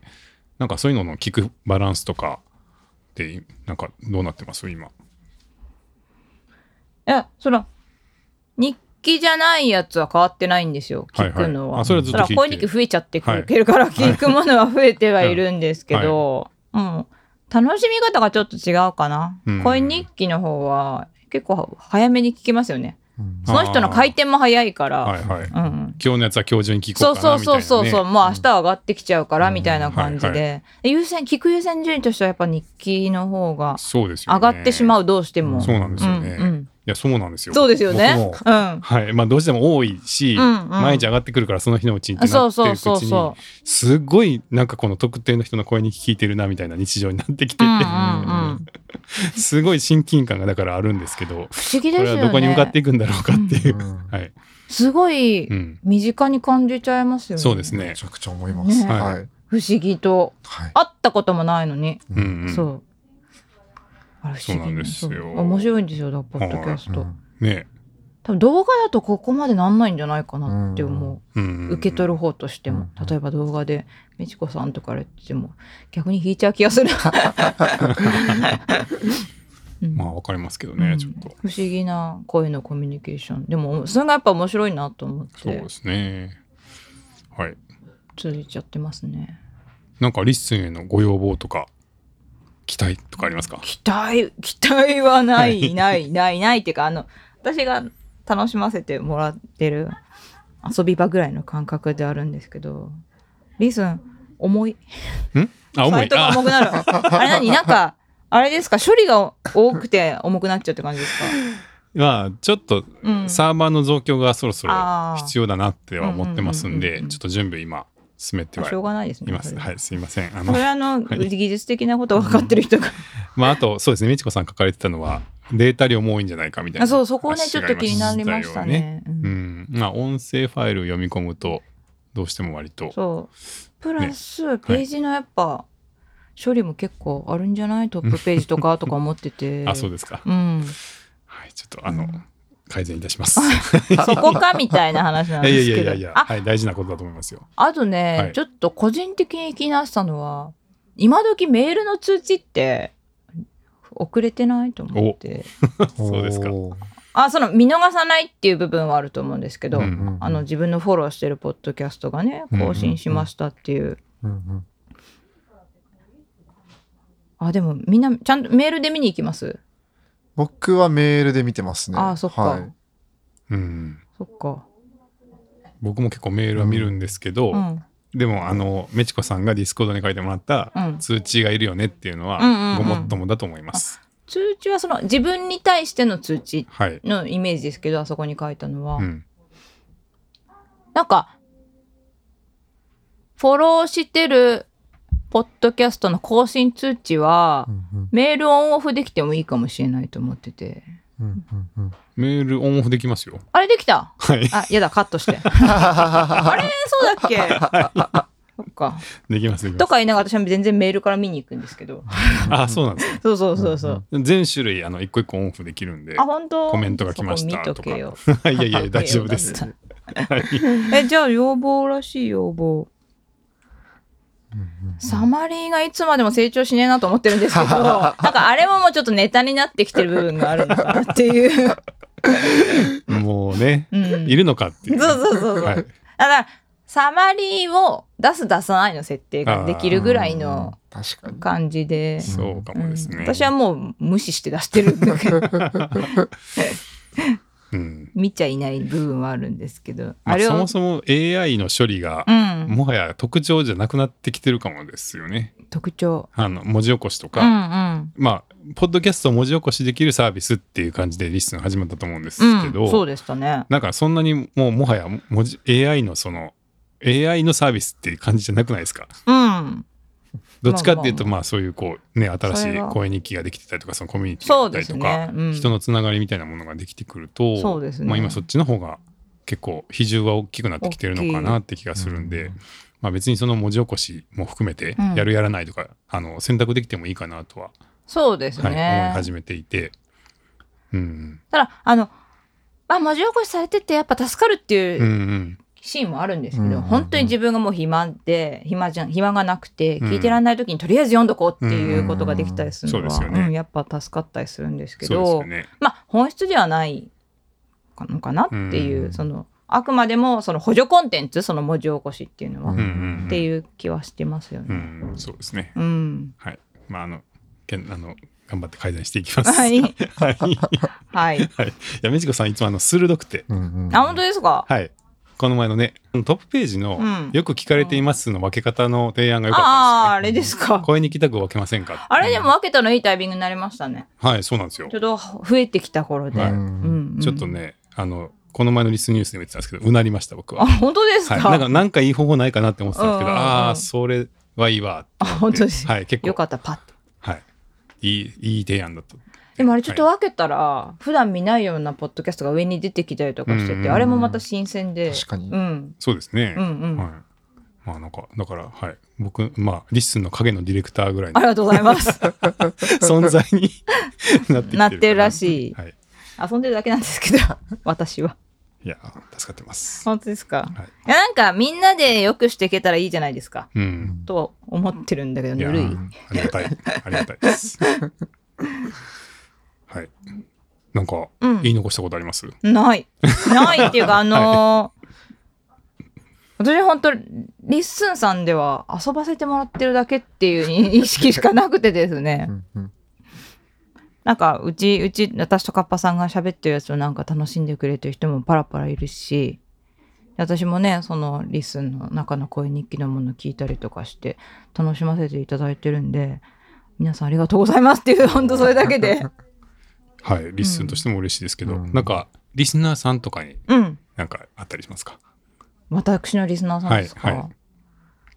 A: なんかそういうのの聞くバランスとかってなんかどうなってます今
C: いやそら日記じゃないやつは変わってないんですよ
A: はい
C: 聞
A: はい
C: くのは,、
A: あそれはずっと聞いて
C: らこういう日記増えちゃって
A: は
C: く
A: い
C: るから聞くものは増えてはいるんですけど、うん楽しみ方がちょっと違うかな、
A: うん
C: 恋日記の方は結構早めに聞きますよね
B: うん
C: その人の回転も早いから、
A: はいはい
C: うんうん、
A: 今日のやつは今日中に聞こ
C: そうう
A: か
C: そ
A: な
C: う
A: みたいな、
C: そう
A: ね、
C: そうそう、もう明日上がってきちゃうから
B: うん
C: みたいな感じで、
A: はい
C: 優先聞く優先順位としてはやっぱ日記の方が
A: そうですよね
C: 上がってしまうどうしても、
A: そうなんですよね、
C: うんう
A: い
C: ん
A: やそうなんですよ
C: そうですよね
A: 僕も
C: うん
A: はいまあどうしても多いし、
C: うんうん
A: 毎日上がってくるからその日のうちにって
C: そ
A: な
C: う
A: ってい
C: そ
A: く
C: う
A: うち
C: そう
A: に
C: そ
A: すごいなんかこの特定の人の声に聞いてるなみたいな日常になってきて
C: う。う
A: て、
C: んうんうん。
A: すごい親近感がだからあるんですけど、
C: 不思議で
A: こ
C: す
A: れ
C: よ
A: は
C: ね。
A: どこに向かっていくんだろうかっていうう。
B: ん
A: はい、
C: すごい
A: うん、
C: 身近に感じちゃいますよね。
A: そうです
B: め
A: ね。
B: ちゃくちゃ思います。
C: ね
B: はい。
C: 不思議と
B: はい。
C: 会ったこともないのに、
A: うん、うん、
C: そう。あれ不
A: そ
C: 思議
A: うなんですよ
C: そう面白いんですよ、だからポッドキャスト。
A: ね、
C: 多分動画だとここまでなんないんじゃないかなって思
A: う
C: う。
A: ん、
C: 受け取る方としても、
B: うん
C: 例えば動画で美智子さんとか言っても逆に引いちゃう気がする、 うん
A: まあ、わかりますけどね、
C: うん
A: ちょっと。
C: 不思議な声のコミュニケーションでもそれがやっぱ面白いなと思っ
A: そう
C: て
A: ですね。はい、
C: 続いちゃってますね
A: なんかリッスンへのご要望とか。期待とかありますか。
C: 期待期待はな
A: はい い
C: ないないないっていうかあの私が楽しませてもらってる遊び場ぐらいの感覚であるんですけどリースン重い
A: あ、重
C: サイ
A: い。
C: トが重
A: あ、
C: くなる。あれ何なんか、あれですか処理が多くて重くなっちゃうって感じですか
A: まあ、ちょっと
C: うん。
A: サーバーの増強がそろそろ
C: あー
A: 必要だなっては思ってますん
C: うんうんうん
A: で
C: うん、
A: ちょっと準備今進めては
C: しょうがないです
A: い
C: ね。。
A: ます。はいい、すいま せん。あ
C: そ
A: の
C: れ、はあの、
A: はい
C: 技術的なことが分かってる人が。
A: まあ、あと、そうですね、美智子さん書かれてたのは、データ量も多いんじゃないかみたいな
C: あ
A: 話が
C: そ
A: あり
C: う、
A: ました
C: そ
A: よね。
C: こね、ちょっと気になりましたね。う
A: うんん、まあ音声ファイルを読み込むとどうしても割と
C: そう。プラス、ページのやっぱ、処理も結構あ るんじゃないトップページとかとか思ってて。
A: あそうですか、
C: うん。
A: はいちょっとあの、
C: うん
A: 改善いたします。
C: そこかみたいな話な ん
A: いや
C: で
A: い
C: す
A: や
C: け
A: い
C: ど
A: やいや、
C: あ
A: はい、大事なことだと思います よ。
C: あとね、
A: はい
C: ちょっと個人的に気になってたのは今時メールの通知って遅れてないと思って
A: そうですか
B: おー
C: あその見逃さないっていう部分はあると思うんですけど、
A: うん
B: うん
C: あの自分のフォローしてるポッドキャストがね更新しましたっていう。
B: うんうん
C: あでもみんなちゃんとメールで見に行きます
B: 僕はメールで見てますね。
C: あーそっか
B: はい
A: うん、
C: そっか、
A: 僕も結構メールは見るんですけど、
C: うん、
A: でもあのメチコさんがディスコードに書いてもらった
C: うん
A: 通知がいるよねっていうのは
C: うんうんうん
A: ごもっともだと思います。
C: 通知はその自分に対しての通知
A: はい。
C: のイメージですけどあそこに書いたのは、
A: うん。
C: なんかフォローしてるポッドキャストの更新通知は、
B: うんうん
C: メールオンオフできてもいいかもしれないと思ってて
B: うんうんうん
A: メールオンオフできますよ。
C: あれできた
A: はい。
C: あやだカットして あれそうだっけそっか
A: できます。できま
C: と
A: す
C: か言いながら私は全然メールから見に行くんですけど
A: あ、そうなんですね。
C: そうそうそうそう、
A: 全種類あの一個一個オンオフできるんで
C: あ。本当
A: コメントが来ました
C: そこ見とけよ
A: いやいやいや大丈夫です。
C: えじゃあ要望らしい要望サマリーがいつまでも成長しねえなと思ってるんです けどなんかあれももうちょっとネタになってきてる部分があるのかなっていう、
A: もうね、
C: うん、
A: いるのかっていう。
C: そうそうそうそう、
A: はい
C: だからサマリーを出す出さないの設定ができるぐらいの
B: うん確かに
C: 感じで、
A: そうかもですね。
C: うん私はもう無視して出してるんだけど
A: うん。
C: 見ちゃいない部分はあるんですけど
A: ま
C: あ
A: あ
C: れを、
A: そもそも AI の処理が
C: うん、
A: もはや特徴じゃなくなってきてるかもですよね。
C: 特徴
A: あの文字起こしと
C: う
A: か。
C: んうん
A: まあ、ポッドキャストを文字起こしできるサービスっていう感じでリッスン始まったと思うんですけど、
C: うん、そうでしたね
A: なんかそんなにもうもはや文字 AI のその AI のサービスっていう感じじゃなくないですか
C: うん
A: どっちかっていうとまあそういうこうね新し
C: それ
A: い
C: は
A: 声日記ができてたりとかそのコミュニティだ
C: そう
A: った
C: で
A: り
C: す
A: とか、
C: ね、うん、
A: 人のつながりみたいなものができてくると
C: そうですね
A: まあ、今そっちの方が結構比重は大きくなってきてるのかなって気がするんで、まあ、別にその文字起こしも含めて
C: うん
A: やるやらないとか、あの選択できてもいいかなとは、
C: そうです
A: はい、思
C: ね
A: い、始めていて。うん
C: ただあのまあ文字起こしされててやっぱ助かるっていううんシーンもあるんですけど、
B: うんうんうん
C: 本当に自分がもう暇で暇じゃん暇がなくて
A: うん
C: 聞いてらんない時にとりあえず読んどこうっていうことができたりするのは、
A: うんそうですよね
C: んやっぱ助かったりするんですけ
A: そうです
C: ど
A: よね。
C: まあ本質ではないのかなっていう、
B: うん
C: そのあくまでもその補助コンテンツその文字起こしっていうのは、
A: う
B: うんん
A: うん、
C: っていう気はしてますよ
A: う
C: ね。
A: ん、そうですね。
C: うん、
A: はい。まああのけんあの頑張って改善していきます。
C: は い
A: はい。い
C: はい。
A: やめちこさんいつもあの鋭くて、
B: うんうん
C: あ本当ですか。
A: はい。この前のねトップページの
C: うん
A: よく聞かれていますの分け方の提案が良か
C: ああー
A: った
C: あ
A: んです
C: れです
A: よ、
C: か
A: ね。。声に来たく分けませんか。
C: あれでも分けたのいいタイミングになりましたね。
A: はい、そうなんですよ
C: ちょ。うど増えてきた頃で。
A: はいう
B: うん
C: んうん
A: ちょっと。ねあのこの前のリスニュースでも言ってたんですけどうなりました僕は。
C: あ本当です
A: は
C: か。
A: い。なんかなんかいい方法ないかなって思ってたんですけど、
C: うんうんうん
A: ああそれはいいわ。
C: あ本当です。
A: はい、結
C: よ
A: 構
C: かったパッと。
A: はいいいいい提案だった。
C: でもあれちょっと
A: はい
C: 分けたら、普段見ないようなポッドキャストが上に出てきたりとかしてて、
A: うんうん
C: あれもまた新鮮で。
B: 確かに
C: う。ん
A: そうですね。
C: うんうん。
A: はい。まあなんか、だから、はい。僕、まあ、リッスンの影のディレクターぐらい
C: あ
A: の
C: りがとうございます。
A: 存在に なってきてるか
C: なってるらしい
A: はい。
C: 遊んでるだけなんですけど、 私は。
A: いや、助かってます。
C: 本当ですか。
A: はい。
C: いや、なんかみんなでよくしていけたらいいじゃないですか。
A: うん。
C: とは思ってるんだけど、
A: い
C: ぬ
A: や
C: るい。
A: ーありがたい。ありがたいです。 はい。なんか、
C: うん
A: 言い残したことあります
C: ない。ないっていうか、あのー私本当リッスンさんでは遊ばせてもらってるだけっていう認識しかなくてですね
B: う。んうん
C: なんか、うち、うち、私とカッパさんが喋ってるやつをなんか楽しんでくれてる人もパラパラいるし、私もね、そのリッスンの中の声日記のもの聞いたりとかして、楽しませていただいてるんで、皆さんありがとうございますっていう、本当それだ けで。
A: はい。リッスンとしても嬉しいですけど、
B: うん
A: なんか、リスナーさんとかに
C: うん。
A: なんかあったりしますか
C: 私のリスナーさんですか、
A: はいは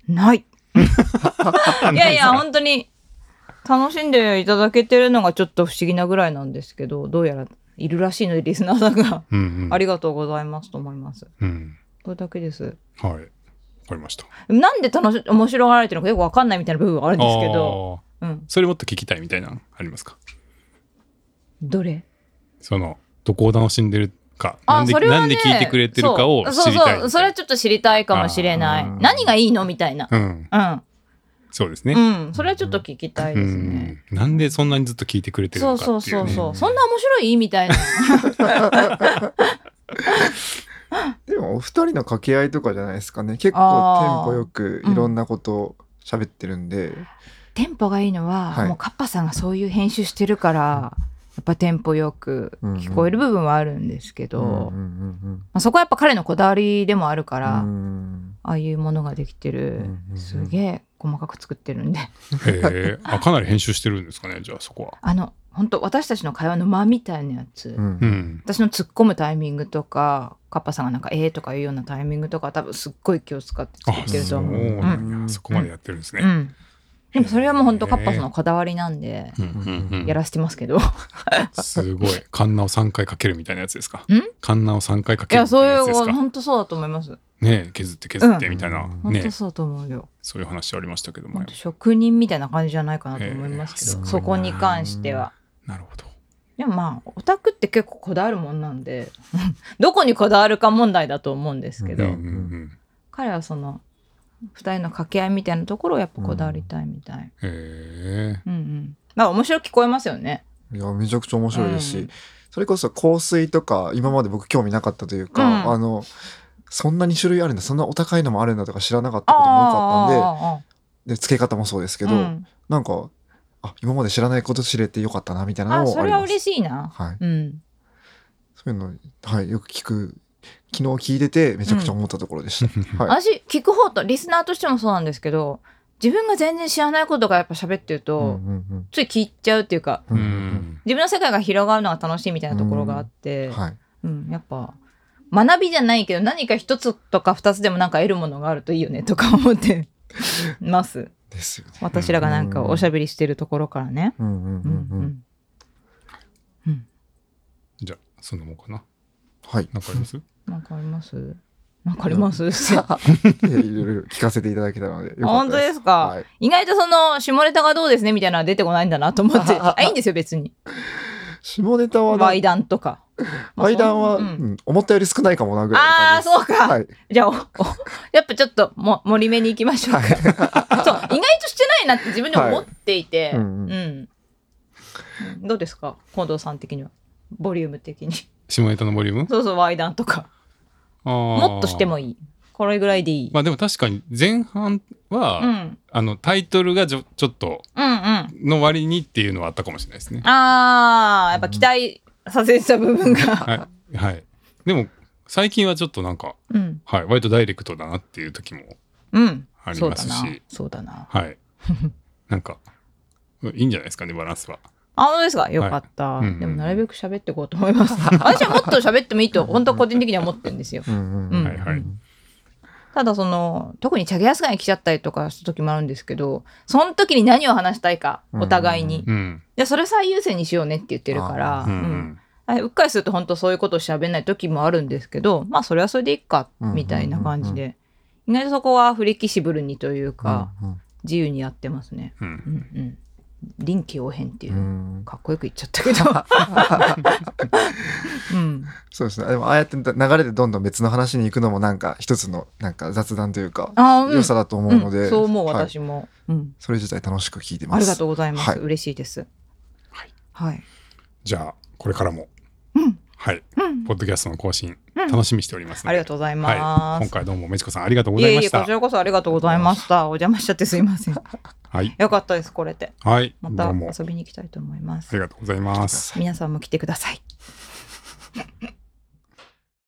C: ない。 いやいや、
A: ない
C: 本当に楽しんでいただけてるのがちょっと不思議なぐらいなんですけど、どうやらいるらしいので、リスナーさんが
A: うんうん。
C: ありがとうございますと思います。
A: うん。
C: これだけです。
A: はい。わかりました。
C: なんで楽し面白がられてるのかよくわかんないみたいな部分はあるんですけど、
A: あー
C: うん、
A: それもっと聞きたいみたいなのありますか
C: どれ
A: そのどこを楽しんでるかな
C: あ
A: んで,、
C: それは、ね、
A: なんで聞いてくれてるかを知
C: そう
A: り
C: そう
A: たい
C: そうそれちょっと知りたいかもしれな
A: あ
C: い
A: ー
C: 何がいいのみたいな
A: うん
C: うん
A: そうですね、
C: うんそれはちょっと聞きたいですね、
A: うんなんでそんなにずっと聞いてくれてる
C: そ
A: の
C: う
A: か
C: そ
A: っ
C: う
A: ていう、
C: そ
A: ね、
C: うそうそんな面白いみたいな
B: でもお二人の掛け合いとかじゃないですかね結構テンポよくいろんなことを喋ってるんで、
C: テンポがいいのは、
B: はい
C: もうカッパさんがそういう編集してるからやっぱテンポよく聞こえる部分はあるんですけど、
B: うんうん
C: ま
B: うん
C: あ、そこはやっぱ彼のこだわりでもあるか
B: う
C: ら、
B: ん
C: ああいうものができてる、
B: うんうんうん
C: すげえ細かく作ってるんで
A: へえあかなり編集してるんですかねじゃあそこは。
C: あの本当私たちの会話の間みたいなやつ、
B: うんうん
A: うん、
C: 私の突っ込むタイミングとかカッパさんがなんか「えー」とか言うようなタイミングとか多分すっごい気を使って作ってると思う。
A: そうなんや
B: うん
A: そこまでやってるんですね。
C: うん、でもそれはもう本当カッパさんのこだわりなんで
A: うんうんうん
C: やらせてますけど、
A: すごい。カンナを3回かけるみたいなやつですか。
C: ん
A: カンナを3回か
C: い
A: ける
C: や
A: みた
C: そ
A: いうなやつ
C: い
A: で
C: う
A: すか。
C: 本当そうだと思います
A: ねえ削って削ってみたいな、
B: う
C: 本
A: ね
C: 当そうだと思うよ、
A: そういう話ありましたけども
C: 本当職人みたいな感じじゃないかなと思いますけど、
A: えー
C: そこに関しては。
A: なるほど
C: でもまあオタクって結構こだわるもんなんで どこにこだわるか問題だと思うんですけ
A: う
C: ど、
A: んうんうん
C: 彼はその2人の掛け合いみたいなところをやっぱこだわりたいみたい、
A: へえ
C: うん、うんまあ面白く聞こえますよね
B: いやめちゃくちゃ面白いですし、
C: うん
B: それこそ香水とか今まで僕興味なかったというか、
C: うん
B: あのそんなに種類あるんだそんなお高いのもあるんだとか知らなかったことも多かったん
C: あ
B: でで付け方もそうですけ
C: ーあーあー
B: ど、
C: うん
B: なんかあ今まで知らないこと知れてよかったなみたいな
C: あ
B: のも
C: そ
B: あり
C: れは
B: ます
C: 嬉しいな、
B: はい
C: うん
B: そういうの、はい、よく聞く昨日聞いててめちゃくちゃ思ったところでした、はい
C: 私聞く方とリスナーとしてもそうなんですけど自分が全然知らないことがやっぱ喋ってると、
B: うんうん
C: つい聞いちゃうっていうか
B: うん
A: う
B: うんうん
A: ん
C: 自分の世界が広がるのが楽しいみたいなところがあって、
B: うんはい
C: うん、やっぱ学びじゃないけど何か一つとか二つでもなんか得るものがあるといいよねとか思って ます
B: ですよね
C: 私らがなんかおしゃべりしてるところからね。
B: うんうん
C: う
B: うんんう
C: う
B: ん、
C: ん
A: じゃあそんなもんかな
B: はい
A: なんかあります
C: なんかありますなんかありま
B: い
C: す
B: やいろいろ聞かせていただけたのでよかった
C: 本当ですか、
B: はい
C: 意外とその下ネタがどうですねみたいなのは出てこないんだなと 思ってあいいんですよ別に
B: 下ネタはな
C: 猥談とか
B: ワイダンは、
C: う
B: うんん思ったより少ないかもなぐらいの
C: あ
B: 感
C: あ
B: じ
C: そうか、
B: はい
C: じゃ あおおやっぱちょっとも盛り目に行きましょうか、
B: です。はい。
C: そう意外としてないなって自分でも思っていて、
B: はいうんうん
C: うんどうですか近藤さん的にはボリューム的に
A: 下ネタのボリューム
C: そうそうワイダンとかも
A: も
C: っとしてもいいこれぐらいでいい、
A: まあでも確かに前半は、
C: うん、うん
A: あのタイトルがちょちょっと
C: うんあ
A: の割にっていうのはあったかもしれないですね
C: あーやっぱ期待させてた部分が、
A: はい、はい、でも最近はちょっとなんか
C: うん
A: はい割とダイレクトだなっていう時も
C: うん
A: あり
C: そう
A: ま
C: だ
A: す
C: な
A: し
C: そうだな
A: はいなんかいいんじゃないですかねバランスは
C: あ本当ですかよかった、
A: いうんうん
C: でもなるべく喋っていこうと思います 私はもっと喋ってもいいと本当個人的には思ってるんですよ
B: うんうん
C: うん
A: はいはい
C: ただその特にチャゲアスガに来ちゃったりとかした時もあるんですけどその時に何を話したいかお互いに、
A: うん
C: でそれ最優先にしようねって言ってるから
A: う
C: うん
A: うんん
C: あうっかりすると本当そういうことを喋んない時もあるんですけどまあそれはそれでいいか
B: うん
C: みたいな感じで、意外とそこはフレキシブルにというか、
B: うん
C: 自由にやってますね。
A: う
C: うんんうん、臨機応変っていうう、
B: ん
C: かっこよく言っちゃっ たけど、うん、
B: そうですね。でもああやって流れでどんどん別の話に行くのもなんか一つのなんか雑談というか、
C: あーうん
B: 良さだと思うので、
C: うんそう思う
B: はい
C: 私も、うん、
B: それ自体楽しく聞いてます。
C: ありがとうございます、
B: はい
C: 嬉しいです
A: はい、
C: はい、
A: じゃあこれからも、はい、
C: うん
A: ポッドキャストの更新、
C: うん
A: 楽しみにしておりますの
C: あ
A: で
C: りがとうござい
A: は
C: ま
A: い、
C: す、
A: 今回どうもめちこさんありがとうご
C: い
A: ざ
C: え
A: い
C: い
A: ま
C: え
A: した
C: こちらこそありがとうございましたお邪魔しちゃってすいません
A: はい
C: よかったですこれで
A: はい
C: ま
A: ど
C: た
A: うもあ
C: 遊びに行きたいと思います
A: りがとうございます
C: 皆さんも来てください